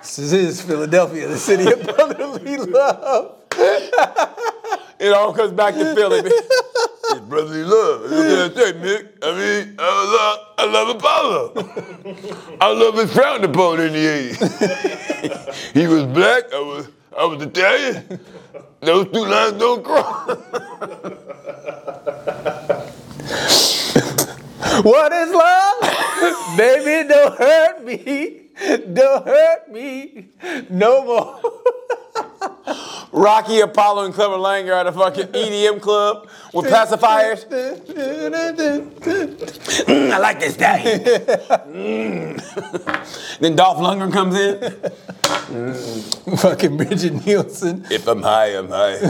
Speaker 2: This is Philadelphia, the city of brotherly love.
Speaker 1: It all comes back to Philly. man.
Speaker 4: [LAUGHS] It's brotherly love. That's what I say, Mick. I mean, I love, I love Apollo. I love his frowned upon in the 80s. [LAUGHS] he was black. I was, I was Italian. Those two lines don't cross.
Speaker 2: What is love? [LAUGHS] Baby, don't hurt me. Don't hurt me no more.
Speaker 1: Rocky, Apollo, and Clever Langer at a fucking EDM club with pacifiers. Mm, I like this guy. [LAUGHS] Mm. [LAUGHS] then Dolph Lundgren comes in.
Speaker 2: [LAUGHS] Fucking Bridget Nielsen.
Speaker 4: If I'm high, I'm high.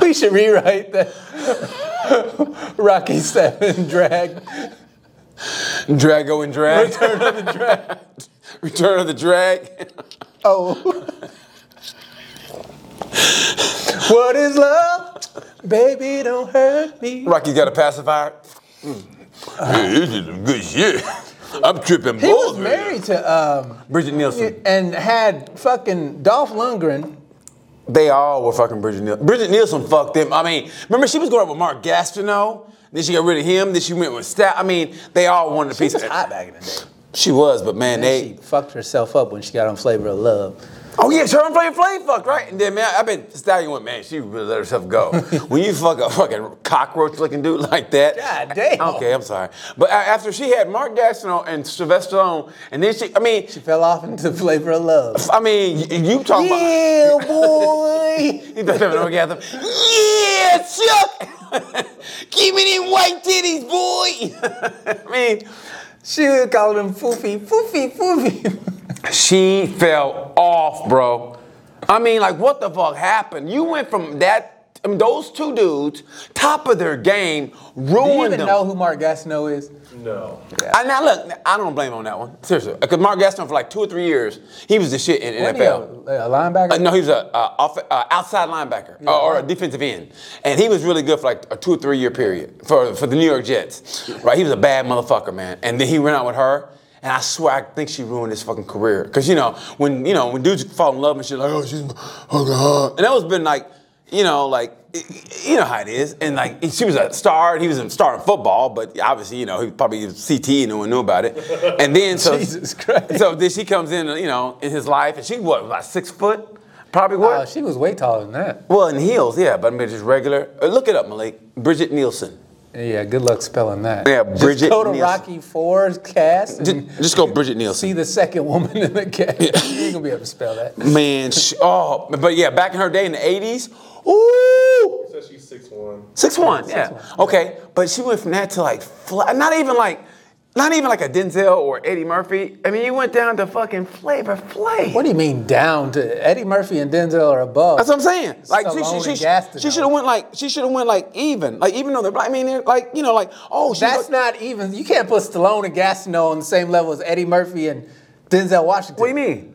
Speaker 2: We should rewrite that [LAUGHS] Rocky Seven drag.
Speaker 1: Drago and Drag. Return of the Drag. [LAUGHS] Return of the Drag.
Speaker 2: Oh. what is love? Baby, don't hurt me.
Speaker 1: Rocky's got a pacifier.
Speaker 2: Mm.
Speaker 4: Hey, this is some good shit. I'm tripping
Speaker 2: He was
Speaker 4: balls right now.
Speaker 2: married to um
Speaker 1: Bridget Nielsen.
Speaker 2: and had fucking Dolph Lundgren.
Speaker 1: They all were fucking Bridget Nielsen. Bridget Nielsen fucked them. I mean, remember she was going out with Mark Gastineau. Then she got rid of him. Then she went with Stat. I mean, they all wanted a piece
Speaker 2: was
Speaker 1: of
Speaker 2: hot back in the day.
Speaker 1: She was, but man, they.
Speaker 2: she fucked herself up when she got on Flavor of Love.
Speaker 1: Oh yeah, Sharon Flay Flay fucked, right? And then man, I bet Stallion went, man, she really let herself
Speaker 2: [LAUGHS]
Speaker 1: go. when you fuck a fucking cockroach looking dude like that.
Speaker 2: God damn.
Speaker 1: Okay, I'm sorry. But a- after she had Mark Gastineau and Sylvester Stallone, and then she I mean
Speaker 2: She fell off into Flavor
Speaker 1: [LAUGHS]
Speaker 2: of Love.
Speaker 1: I mean, y- you talking about
Speaker 2: Yeah, boy.
Speaker 1: [LAUGHS] you talking about an orgasm. Yeah, Chuck! [LAUGHS] Give me them white titties, boy! [LAUGHS] I mean,
Speaker 2: she would call him Foofy, Foofy, Foofy.
Speaker 1: She fell off, bro. I mean, like, what the fuck happened? You went from that, I mean, those two dudes, top of their game,
Speaker 2: Do you
Speaker 1: ruined
Speaker 2: even
Speaker 1: them.
Speaker 2: know who Mark Gastineau is?
Speaker 3: No.
Speaker 1: I, now look, I don't blame on that one. Seriously, because Mark Gaston for like two or three years, he was the shit in
Speaker 2: Wasn't he a,
Speaker 1: NFL.
Speaker 2: a linebacker?
Speaker 1: Uh, no, he was a uh, off, uh, outside linebacker uh, or a defensive end, and he was really good for like a two or three year period for for the New York Jets. Right, he was a bad motherfucker, man. And then he went out with her, and I swear I think she ruined his fucking career. Cause you know when you know when dudes fall in love and shit like oh she's fucking hot, and that was been like you know like. y- y- You know how it is, and like she was a star. and He was a star in football, but obviously, you know, he probably was CT and no one knew about it. And then so
Speaker 2: [LAUGHS] Jesus Christ.
Speaker 1: so then she comes in, you know, in his life, and she what about six foot? Probably
Speaker 2: Oh,
Speaker 1: what?
Speaker 2: she was way taller than that.
Speaker 1: well, in heels, yeah, but I mean just regular. Uh, Look it up, Malik. Bridget Nielsen.
Speaker 2: Yeah, good luck spelling that.
Speaker 1: Yeah, Bridget
Speaker 2: Just go to
Speaker 1: Nielsen.
Speaker 2: Rocky Four's cast and
Speaker 1: Just, just go Bridget
Speaker 2: see
Speaker 1: Nielsen.
Speaker 2: the second woman in the cast. [LAUGHS] You ain't gonna be able to spell that.
Speaker 1: [LAUGHS] Man, she, oh, but yeah, back in her day in the '80s, ooh,
Speaker 3: Says she's six one.
Speaker 1: six one, yeah, okay. But she went from that to like, fla- not even like, not even like a Denzel or Eddie Murphy. I mean, you went down to fucking Flavor Flav.
Speaker 2: What do you mean down to Eddie Murphy and Denzel are above?
Speaker 1: That's what I'm saying. Like she-
Speaker 2: Stallone
Speaker 1: she,
Speaker 2: and
Speaker 1: she,
Speaker 2: Gaston,
Speaker 1: she
Speaker 2: though.
Speaker 1: should have went like she should have went like even like even though they're black. I mean, they're like you know like oh she's
Speaker 2: That's
Speaker 1: not.
Speaker 2: not even. You can't put Stallone and Gastineau on the same level as Eddie Murphy and Denzel Washington.
Speaker 1: What do you mean?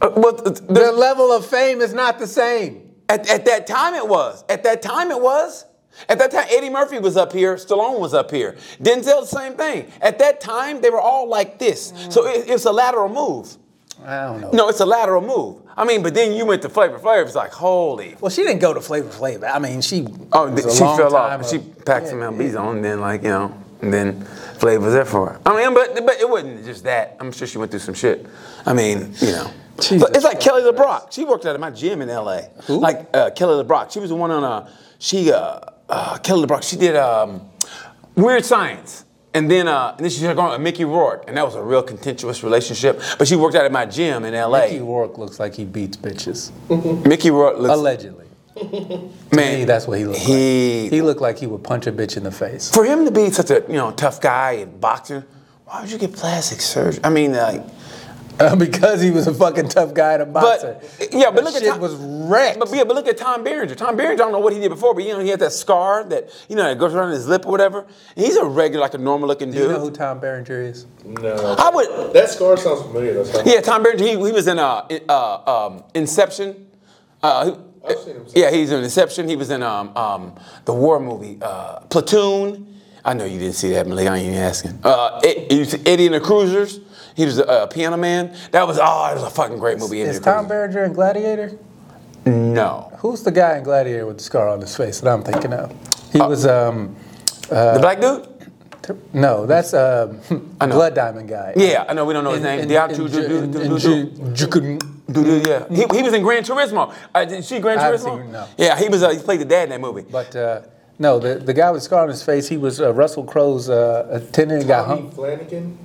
Speaker 1: Uh, well, th- th-
Speaker 2: Their level of fame is not the same.
Speaker 1: at, at that time it was. At that time it was. At that time, Eddie Murphy was up here. Stallone was up here. Denzel, the same thing. At that time, they were all like this. So
Speaker 2: Mm.
Speaker 1: it, it's a lateral move.
Speaker 2: I don't know.
Speaker 1: No, it's a lateral move. I mean, but then you went to Flavor Flav. It's like holy.
Speaker 2: Well, she didn't go to Flavor Flav. I mean, she.
Speaker 1: Oh,
Speaker 2: it was
Speaker 1: th-
Speaker 2: a
Speaker 1: she
Speaker 2: long
Speaker 1: fell
Speaker 2: time
Speaker 1: off.
Speaker 2: of-
Speaker 1: She packed some LBs on, and then like you know, and then Flav was there for her. I mean, but but it wasn't just that. I'm sure she went through some shit. I mean, you know.
Speaker 2: Jesus
Speaker 1: But it's like Kelly LeBrock. She worked out at my gym in LA. Like uh, Kelly LeBrock. She was the one on uh she uh, uh Kelly LeBrock. She did um, Weird Science. And then, uh, and then she started going with Mickey Rourke, and that was a real contentious relationship. But she worked out at my gym in L.A.
Speaker 2: Mickey Rourke looks like he beats bitches.
Speaker 1: Mickey Rourke looks
Speaker 2: Allegedly.
Speaker 1: man.
Speaker 2: Hey, that's what he looked
Speaker 1: He-
Speaker 2: like. He looked like he would punch a bitch in the face.
Speaker 1: for him to be such a you know tough guy and boxer, why would you get plastic surgery? I mean, like,
Speaker 2: Uh, [LAUGHS] because he was a fucking tough guy and a boxer.
Speaker 1: but yeah, but
Speaker 2: The
Speaker 1: look at
Speaker 2: shit
Speaker 1: Tom-
Speaker 2: was wrecked.
Speaker 1: But yeah, but look at Tom Berenger. Tom Berenger, I don't know what he did before, but you know he had that scar that you know that goes around his lip or whatever. And he's a regular, like a normal looking dude.
Speaker 2: you know who Tom Berenger is?
Speaker 3: No.
Speaker 1: I would.
Speaker 3: That scar sounds familiar. That's not.
Speaker 1: Yeah, Tom Berenger. He, he was in uh, in, uh um, Inception. Uh, he-
Speaker 3: I've seen him.
Speaker 1: yeah, he's in Inception. He was in um, um, the war movie uh, Platoon. I know you didn't see that, Malik. I ain't even asking. Uh, it, it was Eddie and the Cruisers. He was a uh, piano man. That was oh, it was a fucking great movie. Eddie
Speaker 2: Is
Speaker 1: and the
Speaker 2: Tom
Speaker 1: Cruisers.
Speaker 2: Berenger in Gladiator?
Speaker 1: No,
Speaker 2: Who's the guy in Gladiator with the scar on his face that I'm thinking of? He was um
Speaker 1: the black dude.
Speaker 2: ter- no, that's um
Speaker 1: I know.
Speaker 2: Blood Diamond guy.
Speaker 1: Yeah, I know we don't know his name. Diatu- du- du- du- du- du- Dude, yeah, he, he was in Gran Turismo. Uh, did she Gran
Speaker 2: I haven't
Speaker 1: Turismo?
Speaker 2: seen it, no.
Speaker 1: Yeah, he was. Uh, he played the dad in that movie.
Speaker 2: But uh, no, the the guy with the scar on his face, he was uh, Russell Crowe's uh, attendant and got
Speaker 3: Tommy
Speaker 2: hung.
Speaker 3: Flanagan.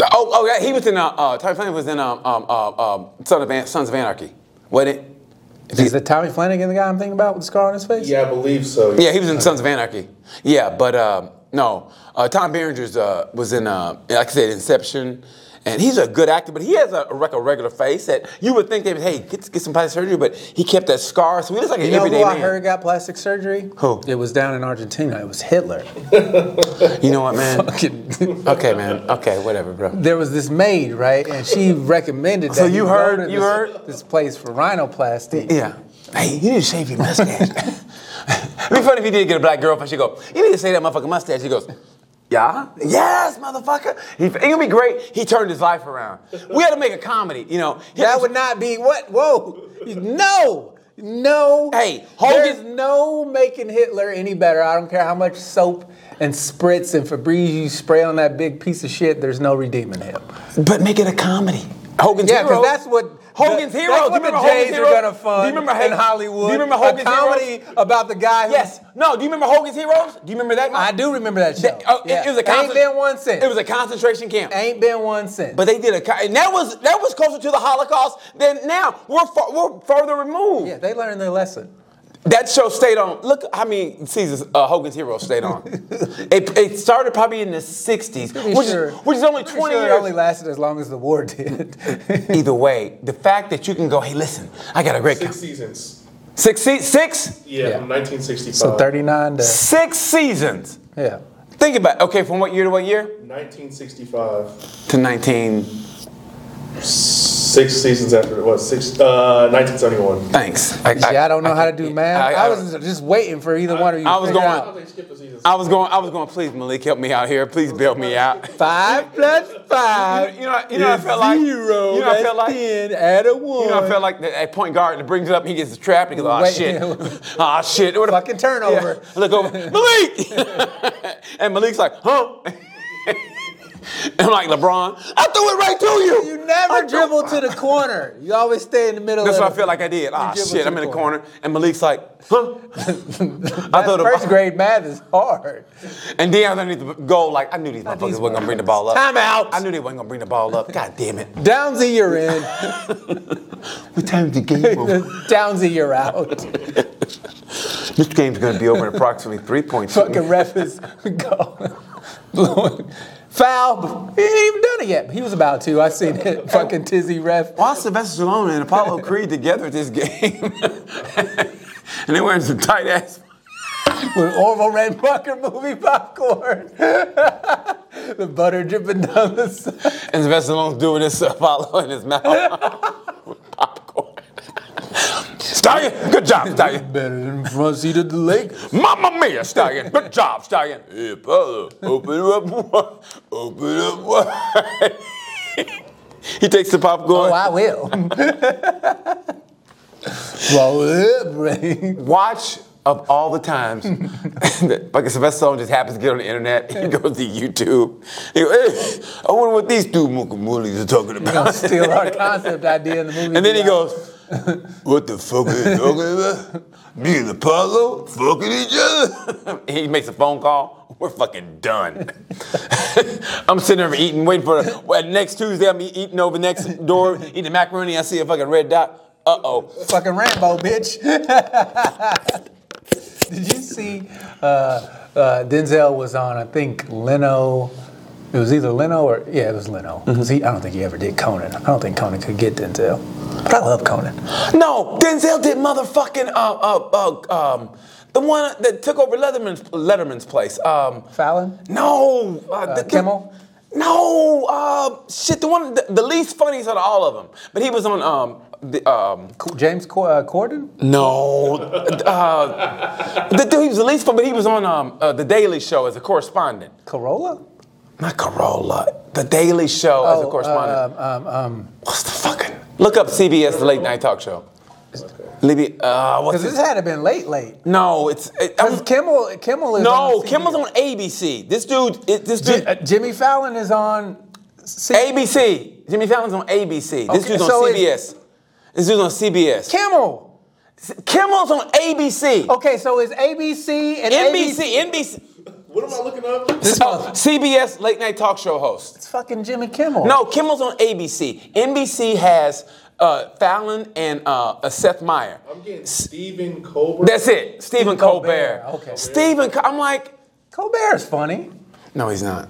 Speaker 1: Oh, oh yeah, he was in. Uh, uh, Tommy Flanagan was in um, um, um, um, Son of An- Sons of Anarchy, wasn't it?
Speaker 2: Is it Tommy Flanagan the guy I'm thinking about with the scar on his face?
Speaker 3: Yeah, I believe so.
Speaker 1: Yeah, he was in Sons of Anarchy. Yeah, but um, no, uh, Tom Berenger's uh, was in, uh, like I said, Inception, and he's a good actor, but he has a, like a regular face that you would think they would, hey, get, get some plastic surgery, but he kept that scar, so he looks like an
Speaker 2: You know
Speaker 1: everyday
Speaker 2: who I
Speaker 1: man.
Speaker 2: heard got plastic surgery?
Speaker 1: Who?
Speaker 2: It was down in Argentina. It was Hitler. [LAUGHS]
Speaker 1: You know what, man?
Speaker 2: Fucking-
Speaker 1: okay, man. Okay, whatever, bro.
Speaker 2: there was this maid, right? And she recommended
Speaker 1: So
Speaker 2: that he
Speaker 1: you
Speaker 2: go
Speaker 1: heard-
Speaker 2: to
Speaker 1: you
Speaker 2: this,
Speaker 1: heard?
Speaker 2: this place for rhinoplasty.
Speaker 1: Yeah. Hey, you need to shave your mustache. [LAUGHS] It'd be funny if he did get a black girlfriend. She go, you need to shave that motherfucking mustache. He goes, yeah, yes, motherfucker. He, it would be great. He turned his life around. We had to make a comedy, you know.
Speaker 2: That would not be what? Whoa! No, no.
Speaker 1: Hey,
Speaker 2: there's
Speaker 1: Hogan-
Speaker 2: no making Hitler any better. I don't care how much soap and spritz and Febreze you spray on that big piece of shit. There's no redeeming him.
Speaker 1: But make it a comedy. Hogan's
Speaker 2: Yeah,
Speaker 1: Heroes.
Speaker 2: because that's what
Speaker 1: Hogan's
Speaker 2: the,
Speaker 1: Heroes. Do
Speaker 2: That's
Speaker 1: you
Speaker 2: what the
Speaker 1: remember Hogan's
Speaker 2: Jays
Speaker 1: Heroes?
Speaker 2: are gonna fund
Speaker 1: Do you remember
Speaker 2: in
Speaker 1: Ho-
Speaker 2: Hollywood.
Speaker 1: Do you remember
Speaker 2: a
Speaker 1: Hogan's
Speaker 2: comedy
Speaker 1: Heroes?
Speaker 2: about the guy? Who,
Speaker 1: Yes. No. Do you remember Hogan's Heroes? Do you remember that?
Speaker 2: I do remember that show.
Speaker 1: That- oh, it-
Speaker 2: Yeah.
Speaker 1: it was a concent-
Speaker 2: ain't been one since.
Speaker 1: It was a concentration camp.
Speaker 2: ain't been one since.
Speaker 1: But they did a, co- and that was that was closer to the Holocaust than now. We're far, we're further removed.
Speaker 2: yeah, they learned their lesson.
Speaker 1: That show stayed on. Look how many seasons uh, Hogan's Heroes stayed
Speaker 2: [LAUGHS]
Speaker 1: on. it, it started probably in the '60s,
Speaker 2: Pretty
Speaker 1: which,
Speaker 2: sure-
Speaker 1: is, which is only
Speaker 2: pretty
Speaker 1: 20
Speaker 2: sure
Speaker 1: years.
Speaker 2: It only lasted as long as the war did.
Speaker 1: Either way, the fact that you can go, hey, listen, I got a great
Speaker 3: Six
Speaker 1: six,
Speaker 3: seasons.
Speaker 1: six, se- six,
Speaker 3: Yeah,
Speaker 2: Yeah.
Speaker 3: from
Speaker 2: [LAUGHS]
Speaker 3: 1965.
Speaker 2: so 39 to
Speaker 1: six seasons.
Speaker 2: yeah.
Speaker 1: Think about it. okay, from what year to what year?
Speaker 3: 1965.
Speaker 1: To 19.
Speaker 3: Six seasons after what? Six. Uh, 1971.
Speaker 1: Thanks. I,
Speaker 2: See, I don't know how to do
Speaker 1: I-
Speaker 2: math. I,
Speaker 1: I-
Speaker 2: was just waiting for either one of you.
Speaker 1: I
Speaker 2: to
Speaker 1: was
Speaker 2: figure
Speaker 1: going-
Speaker 2: out.
Speaker 3: they skipped a season.
Speaker 1: I was going. I was going. Please, Malik, help me out here. Please bail me
Speaker 2: [LAUGHS]
Speaker 1: out.
Speaker 2: five plus five.
Speaker 1: You- you know- you know what I
Speaker 2: is
Speaker 1: felt like?
Speaker 2: zero.
Speaker 1: You know what I
Speaker 2: That's
Speaker 1: felt like?
Speaker 2: ten. Add a one.
Speaker 1: You know, I felt like that, that point guard that brings it up, he gets trapped. He goes, "Ah,
Speaker 2: Wait.
Speaker 1: shit!
Speaker 2: [LAUGHS]
Speaker 1: Ah, shit! What a
Speaker 2: Fucking
Speaker 1: [LAUGHS]
Speaker 2: turnover.
Speaker 1: Yeah. Look
Speaker 2: [LAUGHS]
Speaker 1: over, Malik, [LAUGHS] and Malik's like, "Huh?" [LAUGHS] and I'm like, "LeBron, I threw it right to you.
Speaker 2: you never dribble to the corner. You always stay in the
Speaker 1: [LAUGHS]
Speaker 2: middle.
Speaker 1: That's
Speaker 2: of
Speaker 1: what I
Speaker 2: the-
Speaker 1: feel like I did. Ah,
Speaker 2: dribble
Speaker 1: shit!
Speaker 2: to
Speaker 1: I'm in
Speaker 2: the
Speaker 1: the corner, and Malik's like,
Speaker 2: [LAUGHS]
Speaker 1: "Huh?" I thought
Speaker 2: First grade math is hard.
Speaker 1: And then underneath the goal, like I knew these motherfuckers wasn't gonna bring the ball up.
Speaker 2: Time out.
Speaker 1: I knew they wasn't gonna bring the ball up. God damn it!
Speaker 2: Downsy, you're in. [LAUGHS]
Speaker 1: What time is the [LAUGHS] game over?
Speaker 2: Downsy, you're out.
Speaker 1: this game's gonna be over in approximately three points.
Speaker 2: Fucking ref is gone. [LAUGHS] Blowing. Foul. He ain't even done it yet. He was about to. I seen
Speaker 1: [LAUGHS]
Speaker 2: it. Fucking tizzy ref.
Speaker 1: Why Sylvester Stallone and Apollo Creed together at this game? [LAUGHS] and they wearing some tight ass.
Speaker 2: with Orville Redenbacher movie popcorn. [LAUGHS] the butter dripping down the side.
Speaker 1: And Sylvester Stallone's doing this to Apollo in his mouth with popcorn. [LAUGHS] Stallion, good job, Stallion.
Speaker 2: Better than front seat of the lake.
Speaker 1: Mamma mia, Stallion. Good job, Stallion.
Speaker 4: Hey, Apollo, open up wide. Open up wide.
Speaker 1: he takes the popcorn.
Speaker 2: Oh, I will. [LAUGHS] Roll it, brain.
Speaker 1: Watch of all the times, [LAUGHS] like Sylvester Stallone just happens to get on the internet. He goes to YouTube. He goes, hey, I wonder what these two mookamoolies are talking
Speaker 2: [LAUGHS] Gonna
Speaker 1: about. [LAUGHS]
Speaker 2: steal our concept idea in the movie.
Speaker 1: And then he goes,
Speaker 4: What the fuck are you talking about? Me and Apollo fucking each other?
Speaker 1: [LAUGHS] he makes a phone call. We're fucking done. [LAUGHS] I'm sitting there eating, waiting for the, well, next Tuesday. I'm e- eating over next door, eating macaroni. I see a fucking red dot. Uh oh.
Speaker 2: Fucking Rambo, bitch. [LAUGHS] Did you see uh, uh, Denzel was on, I think, Leno. It was either Leno or, yeah, it was Leno. 'Cause he- I don't think he ever did Conan. I don't think Conan could get Denzel. But I love Conan.
Speaker 1: No, Denzel did motherfucking uh uh uh um the one that took over Letterman's Letterman's place. Um,
Speaker 2: Fallon?
Speaker 1: no, uh, the- the-
Speaker 2: Kimmel?
Speaker 1: No, uh, shit. The one, the, the least funniest out of all of them. But he was on um the um
Speaker 2: Co- James Co- uh, Corden?
Speaker 1: No, [LAUGHS] uh, the dude he was the least fun, but he was on um, uh, the Daily Show as a correspondent.
Speaker 2: Corolla?
Speaker 1: Not Corolla, the Daily Show
Speaker 2: Oh, uh,
Speaker 1: as a correspondent.
Speaker 2: Um, um, um,
Speaker 1: What's the fucking? Look up CBS the late night talk show. Libby, uh, what's
Speaker 2: Because
Speaker 1: this?
Speaker 2: this had to been late, late.
Speaker 1: No, it's it, I'm-
Speaker 2: 'Cause Kimmel, Kimmel is on
Speaker 1: no.
Speaker 2: CBS.
Speaker 1: Kimmel's on ABC. This dude, it, this
Speaker 2: J-
Speaker 1: dude,
Speaker 2: uh, Jimmy Fallon is on. C-
Speaker 1: ABC. Jimmy Fallon's on ABC. This
Speaker 2: Okay,
Speaker 1: dude's on
Speaker 2: so it-
Speaker 1: CBS. This dude's on CBS.
Speaker 2: Kimmel.
Speaker 1: Kimmel's on ABC.
Speaker 2: Okay, so is ABC and ABC.
Speaker 1: NBC, NBC.
Speaker 3: What am I looking up?
Speaker 2: This
Speaker 1: So,
Speaker 2: mother-
Speaker 1: CBS late night talk show host.
Speaker 2: It's fucking Jimmy Kimmel.
Speaker 1: No, Kimmel's on ABC. NBC has uh, Fallon and uh, uh, Seth Meyer.
Speaker 3: I'm getting Stephen Colbert.
Speaker 1: That's it. Stephen Colbert.
Speaker 2: Colbert, okay.
Speaker 1: Stephen, Co- I'm like,
Speaker 2: Colbert's funny.
Speaker 1: no, he's not.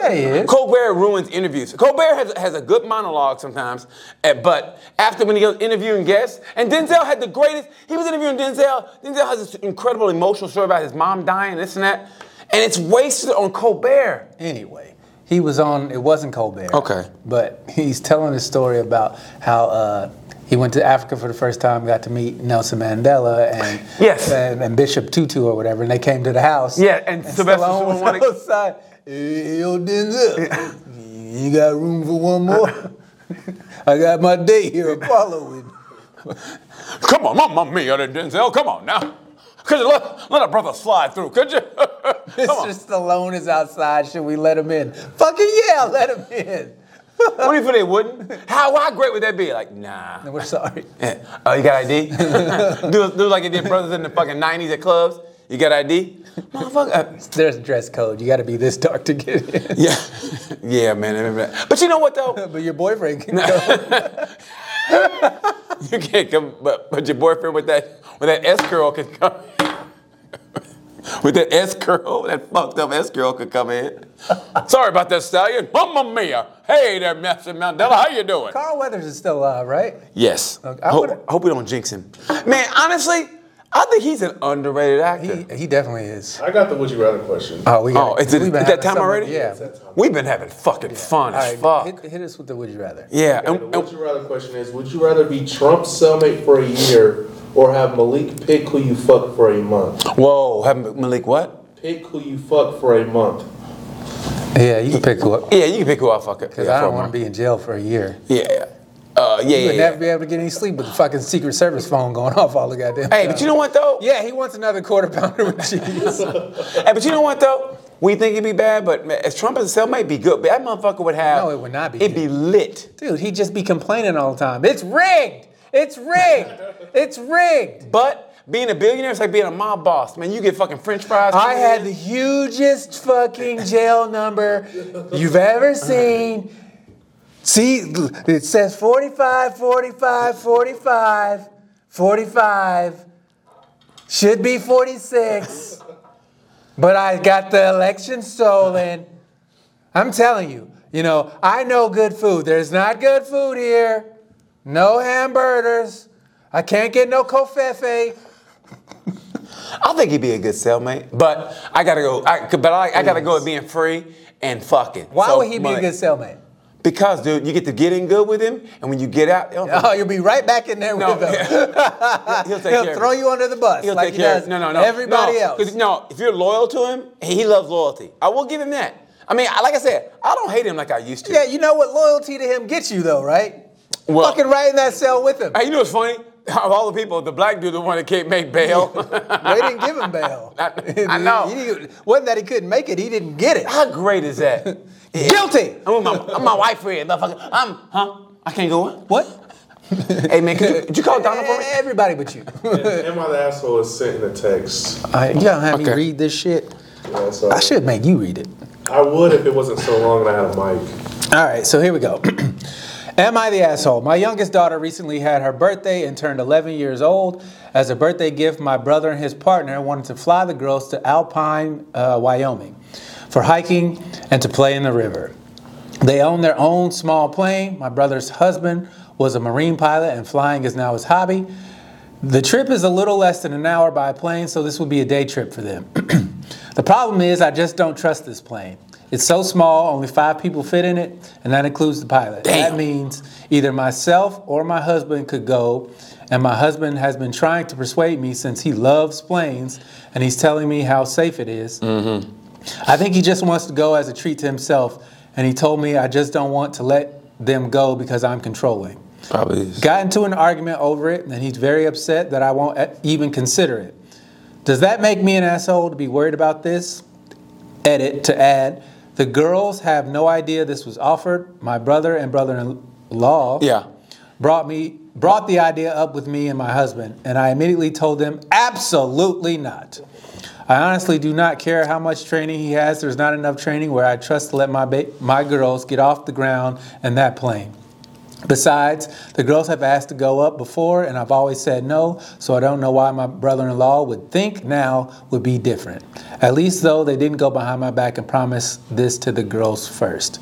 Speaker 2: Yeah, he is.
Speaker 1: Colbert ruins interviews. Colbert has, has a good monologue sometimes, eh, but after when he goes interviewing guests, and Denzel had the greatest. He was interviewing Denzel. Denzel has this incredible emotional story about his mom dying, this and that, and it's wasted on Colbert.
Speaker 2: Anyway, he was on. It wasn't Colbert.
Speaker 1: Okay.
Speaker 2: But he's telling his story about how uh, he went to Africa for the first time, got to meet Nelson Mandela and
Speaker 1: Yes.
Speaker 2: and, and Bishop Tutu or whatever, and they came to the house.
Speaker 1: Yeah, and Sylvester
Speaker 2: Stallone
Speaker 1: Stallone
Speaker 2: was
Speaker 1: wanted-
Speaker 2: [LAUGHS] outside. "Hey, Yo, Denzel, you got room for one more? I got my date here, Apollo. With
Speaker 1: Come on, Mamma Mia, to Denzel. Come on now. Could you let, let a brother slide through? Could you? [LAUGHS] [LAUGHS] Come
Speaker 2: Mr.
Speaker 1: on.
Speaker 2: Stallone is outside. Should we let him in? Fucking yeah, let him in.
Speaker 1: What
Speaker 2: [LAUGHS]
Speaker 1: do you feel they wouldn't? How, how great would that be? Like, nah.
Speaker 2: We're sorry.
Speaker 1: Eh, Oh, you got [LAUGHS] ID? do, do like it did brothers in the fucking 90s at clubs. You got ID? Motherfucker. Uh,
Speaker 2: There's dress code. You got to be this dark to get [LAUGHS] in.
Speaker 1: yeah. [LAUGHS] yeah, man. I remember that. But you know what, though? [LAUGHS]
Speaker 2: But your boyfriend can go.
Speaker 1: You can't come, but, but your boyfriend with that with that S curl can come. [LAUGHS] with that S curl, [LAUGHS] that fucked up S curl could come in. Sorry about that, stallion. Mamma mia! Hey there, Master Mandela, how you doing?
Speaker 2: [LAUGHS] Carl Weathers is still alive, right?
Speaker 1: Yes.
Speaker 2: Okay, I
Speaker 1: hope,
Speaker 2: would've-
Speaker 1: hope we don't jinx him. Man, honestly, I think he's an underrated actor.
Speaker 2: He, he definitely is.
Speaker 3: I got the would you rather question.
Speaker 2: Oh, we
Speaker 1: oh,
Speaker 2: got
Speaker 1: is it is that time already?
Speaker 2: Yeah.
Speaker 1: We've been having fucking fun
Speaker 2: All
Speaker 1: as
Speaker 2: right,
Speaker 1: fuck.
Speaker 2: Hit, hit us with the would you rather.
Speaker 1: yeah.
Speaker 3: Okay,
Speaker 1: and-
Speaker 3: the
Speaker 1: and-
Speaker 3: would you rather question is: Would you rather be Trump's cellmate for a year or have Malik pick who you fuck for a month?
Speaker 1: whoa, have Malik what?
Speaker 3: Pick who you fuck for a month.
Speaker 2: Yeah, you can pick up.
Speaker 1: Yeah, you can pick who I fuck up.
Speaker 2: Because I don't want to be in jail for a year.
Speaker 1: Yeah. Uh, yeah,
Speaker 2: You
Speaker 1: yeah,
Speaker 2: would
Speaker 1: yeah.
Speaker 2: never be able to get any sleep with the fucking Secret Service phone going [LAUGHS] off all the goddamn
Speaker 1: Hey,
Speaker 2: time.
Speaker 1: but you know what though?
Speaker 2: Yeah, he wants another quarter pounder with
Speaker 1: [LAUGHS]
Speaker 2: cheese.
Speaker 1: Hey, but you know what though? We think it'd be bad, but man, as Trump himself might be good, but that motherfucker would have.
Speaker 2: No, it would not be
Speaker 1: It'd
Speaker 2: good.
Speaker 1: be lit.
Speaker 2: Dude, he'd just be complaining all the time. It's rigged. It's rigged. It's rigged.
Speaker 1: But being a billionaire is like being a mob boss, man. You get fucking French fries.
Speaker 2: I had the hugest fucking jail number you've ever seen. See, it says 45, 45, 45, 45. Should be 46. But I got the election stolen. I'm telling you, you know, I know good food. There's not good food here. No hamburgers. I can't get no kofefe.
Speaker 1: I think he'd be a good cellmate, but I gotta go. I, but I, I gotta go with being free and fucking.
Speaker 2: Why
Speaker 1: So,
Speaker 2: would he be
Speaker 1: like-
Speaker 2: a good cellmate?
Speaker 1: Because, dude, you get to get in good with him, and when you get out, he'll,
Speaker 2: [LAUGHS] Oh, you'll be right back in there
Speaker 1: No, [LAUGHS]
Speaker 2: with them. [LAUGHS]
Speaker 1: he'll take
Speaker 2: He'll
Speaker 1: care.
Speaker 2: throw
Speaker 1: of it.
Speaker 2: you under the bus
Speaker 1: He'll
Speaker 2: like
Speaker 1: take
Speaker 2: he
Speaker 1: care.
Speaker 2: does
Speaker 1: no, no, no.
Speaker 2: everybody
Speaker 1: no, 'cause,
Speaker 2: else.
Speaker 1: No, if you're loyal to him, he loves loyalty. I will give him that. I mean, I- like I said, I don't hate him like I used to.
Speaker 2: Yeah, you know what loyalty to him gets you though, right?
Speaker 1: Well-
Speaker 2: Fucking right in that cell with him.
Speaker 1: Hey, you know what's funny? [LAUGHS] Of all the people, the black dude, the one that can't make bail.
Speaker 2: They didn't give him bail.
Speaker 1: I-
Speaker 2: [LAUGHS]
Speaker 1: I know.
Speaker 2: He, he- wasn't that he couldn't make it, he didn't get it.
Speaker 1: [LAUGHS] How great is
Speaker 2: [LAUGHS]
Speaker 1: that?
Speaker 2: Guilty!
Speaker 1: I'm with my, I'm my wife here, motherfucker. I'm, huh? I can't go in?
Speaker 2: What?
Speaker 1: hey man, could you, could you call Donald for me?
Speaker 2: Everybody but you. [LAUGHS]
Speaker 3: And my asshole is sent in a text.
Speaker 2: I, you don't have
Speaker 1: Okay.
Speaker 2: me read this shit.
Speaker 3: Yeah, so
Speaker 2: I should make you read it.
Speaker 3: I would if it wasn't so long and I had a mic.
Speaker 2: All right, so here we go. [CLEARS THROAT] Am I the asshole? My youngest daughter recently had her birthday and turned 11 years old. As a birthday gift, my brother and his partner wanted to fly the girls to Alpine, uh, Wyoming for hiking and to play in the river. They own their own small plane. My brother's husband was a Marine pilot, and flying is now his hobby. The trip is a little less than an hour by plane, so this would be a day trip for them. [CLEARS THROAT] the problem is, I just don't trust this plane. It's so small, only five people fit in it, and that includes the pilot. That
Speaker 1: Damn.
Speaker 2: means either myself or my husband could go, and my husband has been trying to persuade me since he loves planes, and he's telling me how safe it is. I think he just wants to go as a treat to himself, and he told me I just don't want to let them go because I'm controlling.
Speaker 1: Probably is.
Speaker 2: Got into an argument over it, and he's very upset that I won't e- even consider it. Does that make me an asshole to be worried about this? Edit to add the girls have no idea this was offered. My brother and brother in law
Speaker 1: Yeah.
Speaker 2: brought me brought the idea up with me and my husband, and I immediately told them absolutely not. I honestly do not care how much training he has. There's not enough training where I trust to let my ba- my girls get off the ground and that plane. Besides, the girls have asked to go up before, and I've always said no, so I don't know why my brother in law would think now would be different. At least, though, they didn't go behind my back and promise this to the girls first.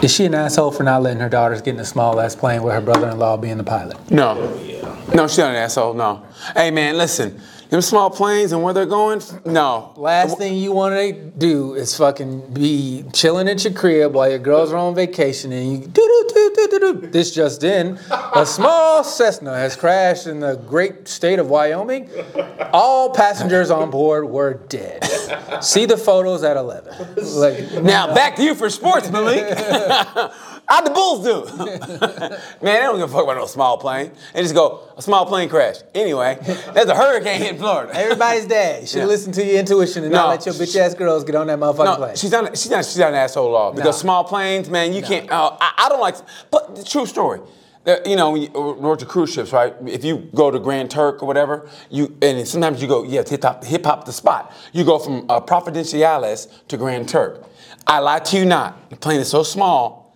Speaker 2: Is she an asshole for not letting her daughters get in a small ass plane with her brother in law being the pilot?
Speaker 1: No. No, she's not an asshole. No. Hey man, listen. Them small planes and where they're going? No.
Speaker 2: Last thing you want to do is fucking be chilling at your crib while your girls are on vacation and you do do do do do do. This just in, a small Cessna has crashed in the great state of Wyoming. All passengers on board were dead. See the photos at 11. Like,
Speaker 1: Now back to you for sports, Malik. [LAUGHS] How'd the Bulls do? [LAUGHS] Man, they don't give a fuck about no small plane. They just go, a small plane crash. Anyway, there's a hurricane hitting Florida.
Speaker 2: everybody's dead. You should
Speaker 1: Yeah.
Speaker 2: listen to your intuition and
Speaker 1: No.
Speaker 2: not let your bitch ass girls get on that motherfucking
Speaker 1: No,
Speaker 2: plane.
Speaker 1: she's not. She's not. She's not an asshole at all. Because
Speaker 2: No.
Speaker 1: small planes, man, you can't. Uh, I, I don't like. But the true story. Uh, you know, when you uh, work the cruise ships, right? If you go to Grand Turk or whatever, you and sometimes you go, yeah, hip hop, hip hop the spot. You go from uh, Providenciales to Grand Turk. I lie to you not. The plane is so small.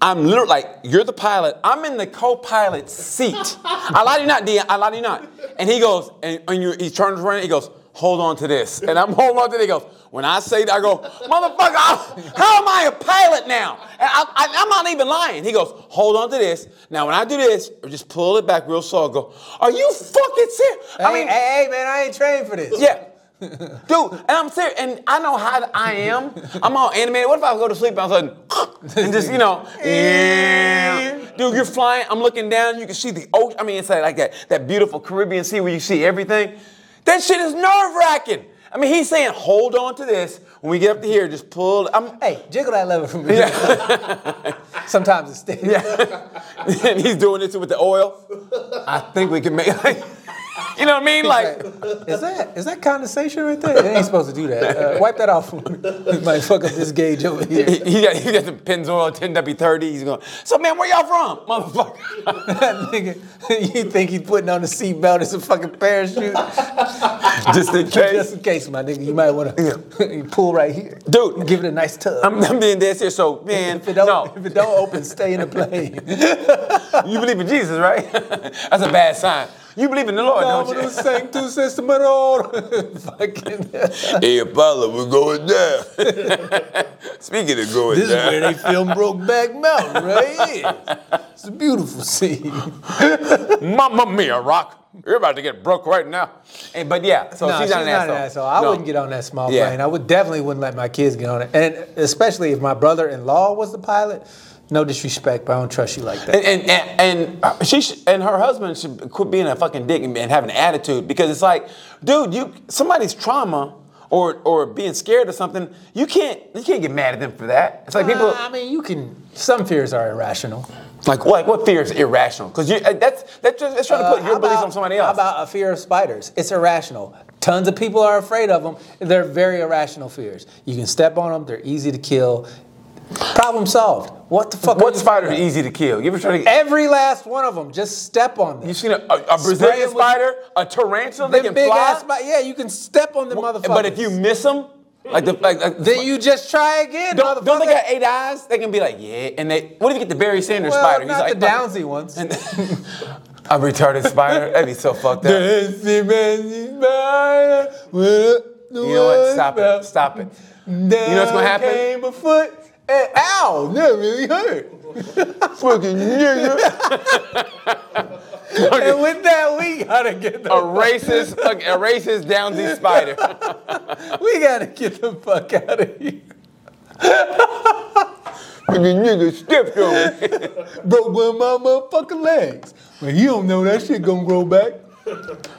Speaker 1: I'm literally like, you're the pilot. I'm in the co-pilot seat. I lied to you not, Dion. I lied to you not. And he goes, and, and you, he turns around. He goes, hold on to this. And I'm [LAUGHS] holding on to it. He goes, when I say that, I go, motherfucker, I- how am I a pilot now? And I, I, I'm not even lying. He goes, hold on to this. Now when I do this, just pull it back real slow. and Go, are you fucking serious? I
Speaker 2: hey,
Speaker 1: mean,
Speaker 2: hey, hey, man, I ain't trained for this.
Speaker 1: yeah. Dude, and I'm serious, and I know how I am. I'm all animated. What if I go to sleep and all of a sudden, [LAUGHS] and just, you know, yeah. Dude, you're flying, I'm looking down, you can see the ocean. I mean, it's like that, that beautiful Caribbean sea where you see everything. That shit is nerve wracking. I mean, he's saying, hold on to this. When we get up to here, just pull. I'm, [LAUGHS]
Speaker 2: Hey, jiggle that lever for me. [LAUGHS] Sometimes it sticks.
Speaker 1: and he's doing this with the oil. I think we can make, [LAUGHS] you know what I mean? Like,
Speaker 2: Is that is that condensation right there? It ain't supposed to do that. Uh, wipe that off. it [LAUGHS] might fuck up this gauge over
Speaker 1: He, [LAUGHS]
Speaker 2: here.
Speaker 1: he got, he got the Pennzoil 10W30. He's going, so man, where y'all from? [LAUGHS] Motherfucker.
Speaker 2: That nigga, you think he's putting on a seatbelt as a fucking parachute?
Speaker 1: [LAUGHS] Just in
Speaker 2: Just in case, my nigga, you might want to [LAUGHS] pull right here,
Speaker 1: Dude.
Speaker 2: Give it a nice tug.
Speaker 1: I'm, I'm being dead serious. So man,
Speaker 2: if it don't,
Speaker 1: no, [LAUGHS]
Speaker 2: if it don't open, stay in the plane.
Speaker 1: you
Speaker 2: [LAUGHS]
Speaker 1: believe in Jesus, right? [LAUGHS] That's a bad sign. You believe in the Lord, don't [LAUGHS] you?
Speaker 2: sanctus est minor. [LAUGHS] Fucking.
Speaker 4: Hey, Apollo, we're going down.
Speaker 1: [LAUGHS]
Speaker 4: Speaking of going
Speaker 2: This is
Speaker 4: down.
Speaker 2: where they film Brokeback Mountain,
Speaker 1: [LAUGHS]
Speaker 2: right here. It's a beautiful scene.
Speaker 1: Mamma mia, Rock. You're about to get broke right now. Hey, but yeah, so
Speaker 2: No,
Speaker 1: she's, not an asshole.
Speaker 2: I
Speaker 1: No.
Speaker 2: wouldn't get on that small
Speaker 1: Yeah.
Speaker 2: plane. I would definitely wouldn't let my kids get on it, and especially if my brother-in-law was the pilot. No disrespect, but I don't trust you like that.
Speaker 1: And and, and, and she sh- and her husband should quit being a fucking dick and, and having an attitude because it's like, dude, you somebody's trauma or or being scared of something, you can't you can't get mad at them for that. It's like people
Speaker 2: Uh, I mean, you can. Some fears are irrational.
Speaker 1: like what what fear is irrational because you uh, that's that's just that's trying to
Speaker 2: Uh,
Speaker 1: put
Speaker 2: how
Speaker 1: your beliefs
Speaker 2: about-
Speaker 1: on somebody else.
Speaker 2: How about a fear of spiders? It's irrational. Tons of people are afraid of them. They're very irrational fears. You can step on them. They're easy to kill. Problem solved. What the fuck? are
Speaker 1: What
Speaker 2: you-
Speaker 1: spider is easy to kill? You ever try to?
Speaker 2: Every last one of them. Just step on them.
Speaker 1: You seen a, a, a
Speaker 2: Spray 'em
Speaker 1: Brazilian
Speaker 2: with-
Speaker 1: spider, a tarantula that
Speaker 2: Them
Speaker 1: can
Speaker 2: big
Speaker 1: fly?
Speaker 2: ass. bi- Yeah, you can step on the motherfucker.
Speaker 1: But if you miss them, like the like, like
Speaker 2: then you just try again.
Speaker 1: don't, don't they
Speaker 2: motherfucker.
Speaker 1: got eight eyes? They can be like yeah, and they what if you get the Barry Sanders
Speaker 2: well,
Speaker 1: spider?
Speaker 2: Not
Speaker 1: like
Speaker 2: the
Speaker 1: fuck [LAUGHS]
Speaker 2: Downsy ones.
Speaker 1: it. a retarded spider. That'd be so fucked up.
Speaker 2: [LAUGHS]
Speaker 1: You know what? Stop it. Stop it. know what's gonna happen?
Speaker 2: Came a foot. And, ow! That really hurt.
Speaker 4: Fucking nigga.
Speaker 2: and with that, we gotta get the
Speaker 1: A racist, fuck- a racist Downsy spider.
Speaker 2: [LAUGHS] we gotta get the fuck out of here. [LAUGHS]
Speaker 4: Fucking nigga stepped on me.
Speaker 2: Broke one of my motherfucking legs. Well, you don't know that shit gonna grow back.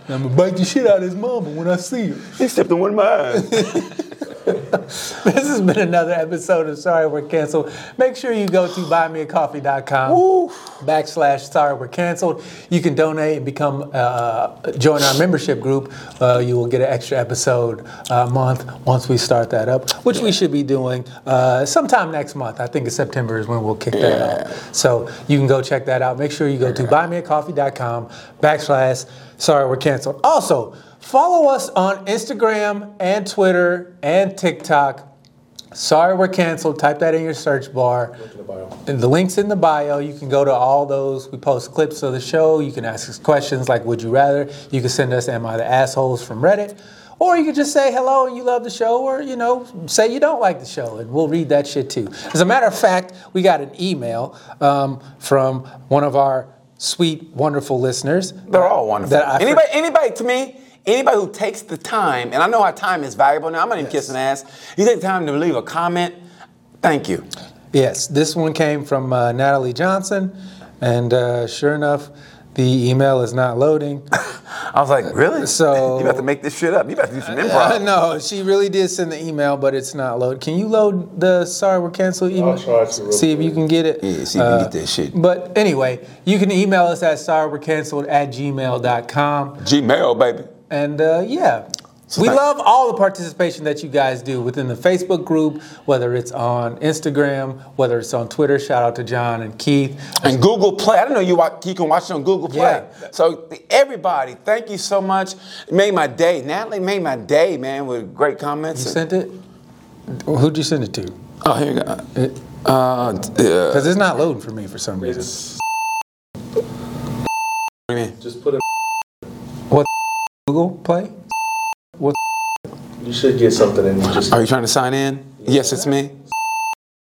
Speaker 2: I'm gonna bite the shit out of his mama when I see her.
Speaker 4: He stepped on one of my eyes.
Speaker 2: This has been another episode of Sorry We're Canceled. Make sure you go to buymeacoffee.com backslash Sorry We're Canceled. You can donate and become uh, join our membership group. Uh, you will get an extra episode uh, a month once we start that up, which we should be doing uh, sometime next month. I think in September is when we'll kick that out. So you can go check that out. Make sure you go to buymeacoffee.com backslash Sorry We're Canceled. Also, follow us on Instagram and Twitter and TikTok. Sorry, we're canceled. Type that in your search bar. And the link's in the bio. You can go to all those. We post clips of the show. You can ask us questions like Would You Rather? You can send us Am I the Assholes from Reddit. Or you can just say hello and you love the show, or you know, say you don't like the show, and we'll read that shit too. As a matter of fact, we got an email um, from one of our sweet, wonderful listeners.
Speaker 1: They're all wonderful.
Speaker 2: That I for-
Speaker 1: anybody, anybody to me, anybody who takes the time, and I know our time is valuable now. I'm not even kissing ass. You take the time to leave a comment. Thank you.
Speaker 2: Yes, this one came from uh, Natalie Johnson, and uh, sure enough, the email is not loading.
Speaker 1: I was like, really?
Speaker 2: So-
Speaker 1: you about to make this shit up? You about to do some
Speaker 2: Uh, [LAUGHS]
Speaker 1: improv?
Speaker 2: no, she really did send the email, but it's not loaded. Can you load the sorry we're canceled email?
Speaker 3: try to real
Speaker 2: see if you can get it. Uh,
Speaker 1: Yeah, see if you can get that shit.
Speaker 2: But anyway, you can email us at sorry we're canceled at gmail.com.
Speaker 1: Gmail, baby.
Speaker 2: And uh, yeah, we
Speaker 1: thank-
Speaker 2: love all the participation that you guys do within the Facebook group, whether it's on Instagram, whether it's on Twitter. Shout out to John and Keith.
Speaker 1: And Google Play. I didn't know you wa- you can watch it on Google Play.
Speaker 2: Yeah.
Speaker 1: So everybody, thank you so much. It made my day. Natalie made my day, man, with great comments.
Speaker 2: You sent it? Who'd you send it to?
Speaker 1: oh, here you go. Uh, d- uh,
Speaker 2: Because it's not loading for me for some reason.
Speaker 3: It's
Speaker 1: what do you mean?
Speaker 3: just put it.
Speaker 2: Google Play?
Speaker 3: You should get something and you just.
Speaker 1: Are you trying to sign in? Yes, it's me.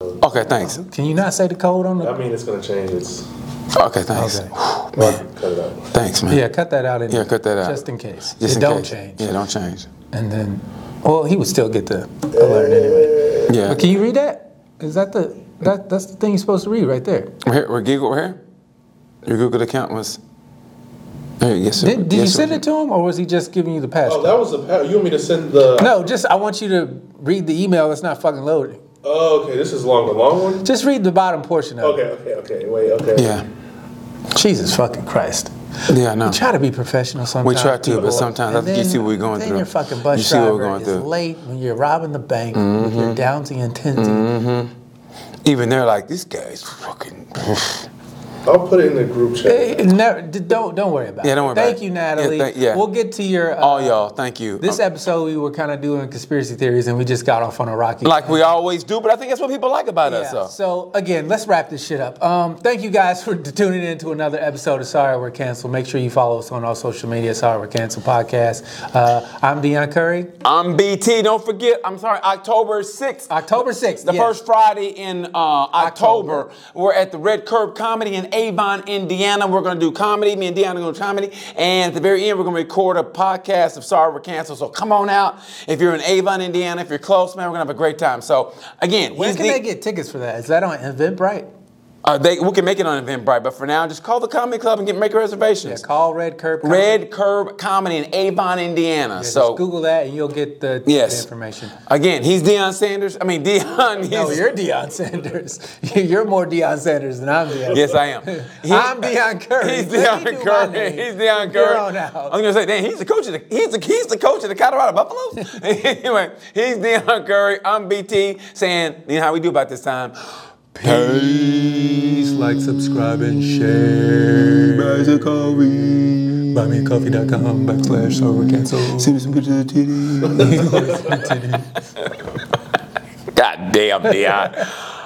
Speaker 1: Okay, thanks.
Speaker 2: Can you not say the code on the.
Speaker 3: I mean, it's gonna change. It's
Speaker 1: Okay, thanks.
Speaker 2: Okay.
Speaker 1: Whew, man,
Speaker 3: cut it out.
Speaker 1: thanks, man.
Speaker 2: Yeah, cut that out. Anyway,
Speaker 1: Yeah, cut that out.
Speaker 2: Just in case.
Speaker 1: Just
Speaker 2: it
Speaker 1: in
Speaker 2: don't
Speaker 1: case.
Speaker 2: change.
Speaker 1: Yeah, don't change.
Speaker 2: And then, well, he would still get the alert anyway.
Speaker 1: Yeah.
Speaker 2: But can you read that? Is that the. That, that's the thing you're supposed to read right there.
Speaker 1: We're here. We're Google. We're here. Your Google account was. Hey, yes,
Speaker 2: Did, did you
Speaker 1: yes,
Speaker 2: send it to him, or was he just giving you the
Speaker 3: Oh,
Speaker 2: passcode?
Speaker 3: that was the. pa- You want me to send the?
Speaker 2: no, just I want you to read the email that's not fucking loading.
Speaker 3: Oh, okay. This is long. The long one.
Speaker 2: Just read the bottom portion of
Speaker 3: Okay, okay, okay. Wait, okay.
Speaker 1: Yeah.
Speaker 2: it. Jesus fucking Christ.
Speaker 1: Yeah, no.
Speaker 2: We try to be professional sometimes.
Speaker 1: We try to, but
Speaker 2: people.
Speaker 1: sometimes
Speaker 2: And
Speaker 1: I think you
Speaker 2: then-
Speaker 1: see what we're going
Speaker 2: then
Speaker 1: through.
Speaker 2: your fucking bus
Speaker 1: You see what
Speaker 2: driver
Speaker 1: we're going
Speaker 2: is
Speaker 1: through. Mm-hmm.
Speaker 2: late when you're robbing the bank with your Downsy and Tinsy.
Speaker 1: Even they're like, this guy's fucking.
Speaker 3: I'll put it in the group chat.
Speaker 2: Eh, eh, never- d- don't don't worry about it.
Speaker 1: Yeah, don't worry about
Speaker 2: Thank
Speaker 1: it.
Speaker 2: you,
Speaker 1: Yeah,
Speaker 2: Natalie.
Speaker 1: thank- yeah.
Speaker 2: We'll get to your. Uh,
Speaker 1: All y'all, thank you.
Speaker 2: This
Speaker 1: Um,
Speaker 2: episode we were kind of doing conspiracy theories and we just got off on a rocky.
Speaker 1: like we always do, but I think that's what people like about us.
Speaker 2: Yeah,
Speaker 1: though.
Speaker 2: so again, let's wrap this shit up. Um, thank you guys for tuning in to another episode of Sorry We're Canceled. Make sure you follow us on all social media, Sorry We're Canceled podcast. Uh, I'm Deion Curry.
Speaker 1: I'm BT. Don't forget. I'm sorry. October sixth. uh,
Speaker 2: October 6th.
Speaker 1: The
Speaker 2: yes.
Speaker 1: first Friday in uh, October, we're at the Red Curb Comedy in Avon, Indiana. We're going to do comedy. Me and Deanna are going to do comedy. And at the very end, we're going to record a podcast of Sorry We're Canceled. So come on out. If you're in Avon, Indiana, if you're close, man, we're going to have a great time. So, again,
Speaker 2: When
Speaker 1: he's
Speaker 2: can
Speaker 1: the-
Speaker 2: they get tickets for that? Is that on Eventbrite?
Speaker 1: Uh, they, we can make it on Eventbrite, but for now, just call the comedy club and get make
Speaker 2: Yeah,
Speaker 1: reservations.
Speaker 2: call Red Curb. Comedy.
Speaker 1: Red Curb Comedy in Avon, Indiana.
Speaker 2: Yeah,
Speaker 1: so
Speaker 2: just Google that and you'll get the, the
Speaker 1: Yes.
Speaker 2: information.
Speaker 1: Again, he's Deion Sanders. I mean, Deion. He's,
Speaker 2: [LAUGHS] No, you're Deion Sanders. [LAUGHS] You're more Deion Sanders than I'm Deion.
Speaker 1: yes, I am. He-
Speaker 2: [LAUGHS] I'm Deion Curry.
Speaker 1: He's
Speaker 2: Let me
Speaker 1: Deion
Speaker 2: do my
Speaker 1: Curry.
Speaker 2: name
Speaker 1: He's Deion
Speaker 2: from here
Speaker 1: Curry.
Speaker 2: on out.
Speaker 1: I was gonna say, damn, he's the coach of the he's the he's the coach of the Colorado Buffaloes. [LAUGHS] anyway, he's Deion Curry. I'm BT saying, you know how we do about this time. [GASPS]
Speaker 2: Peace, like, subscribe, and share. Buy a coffee. BuyMeACoffee.com backslash sober cancel. Send me some pictures of titties.
Speaker 1: God damn, Deion.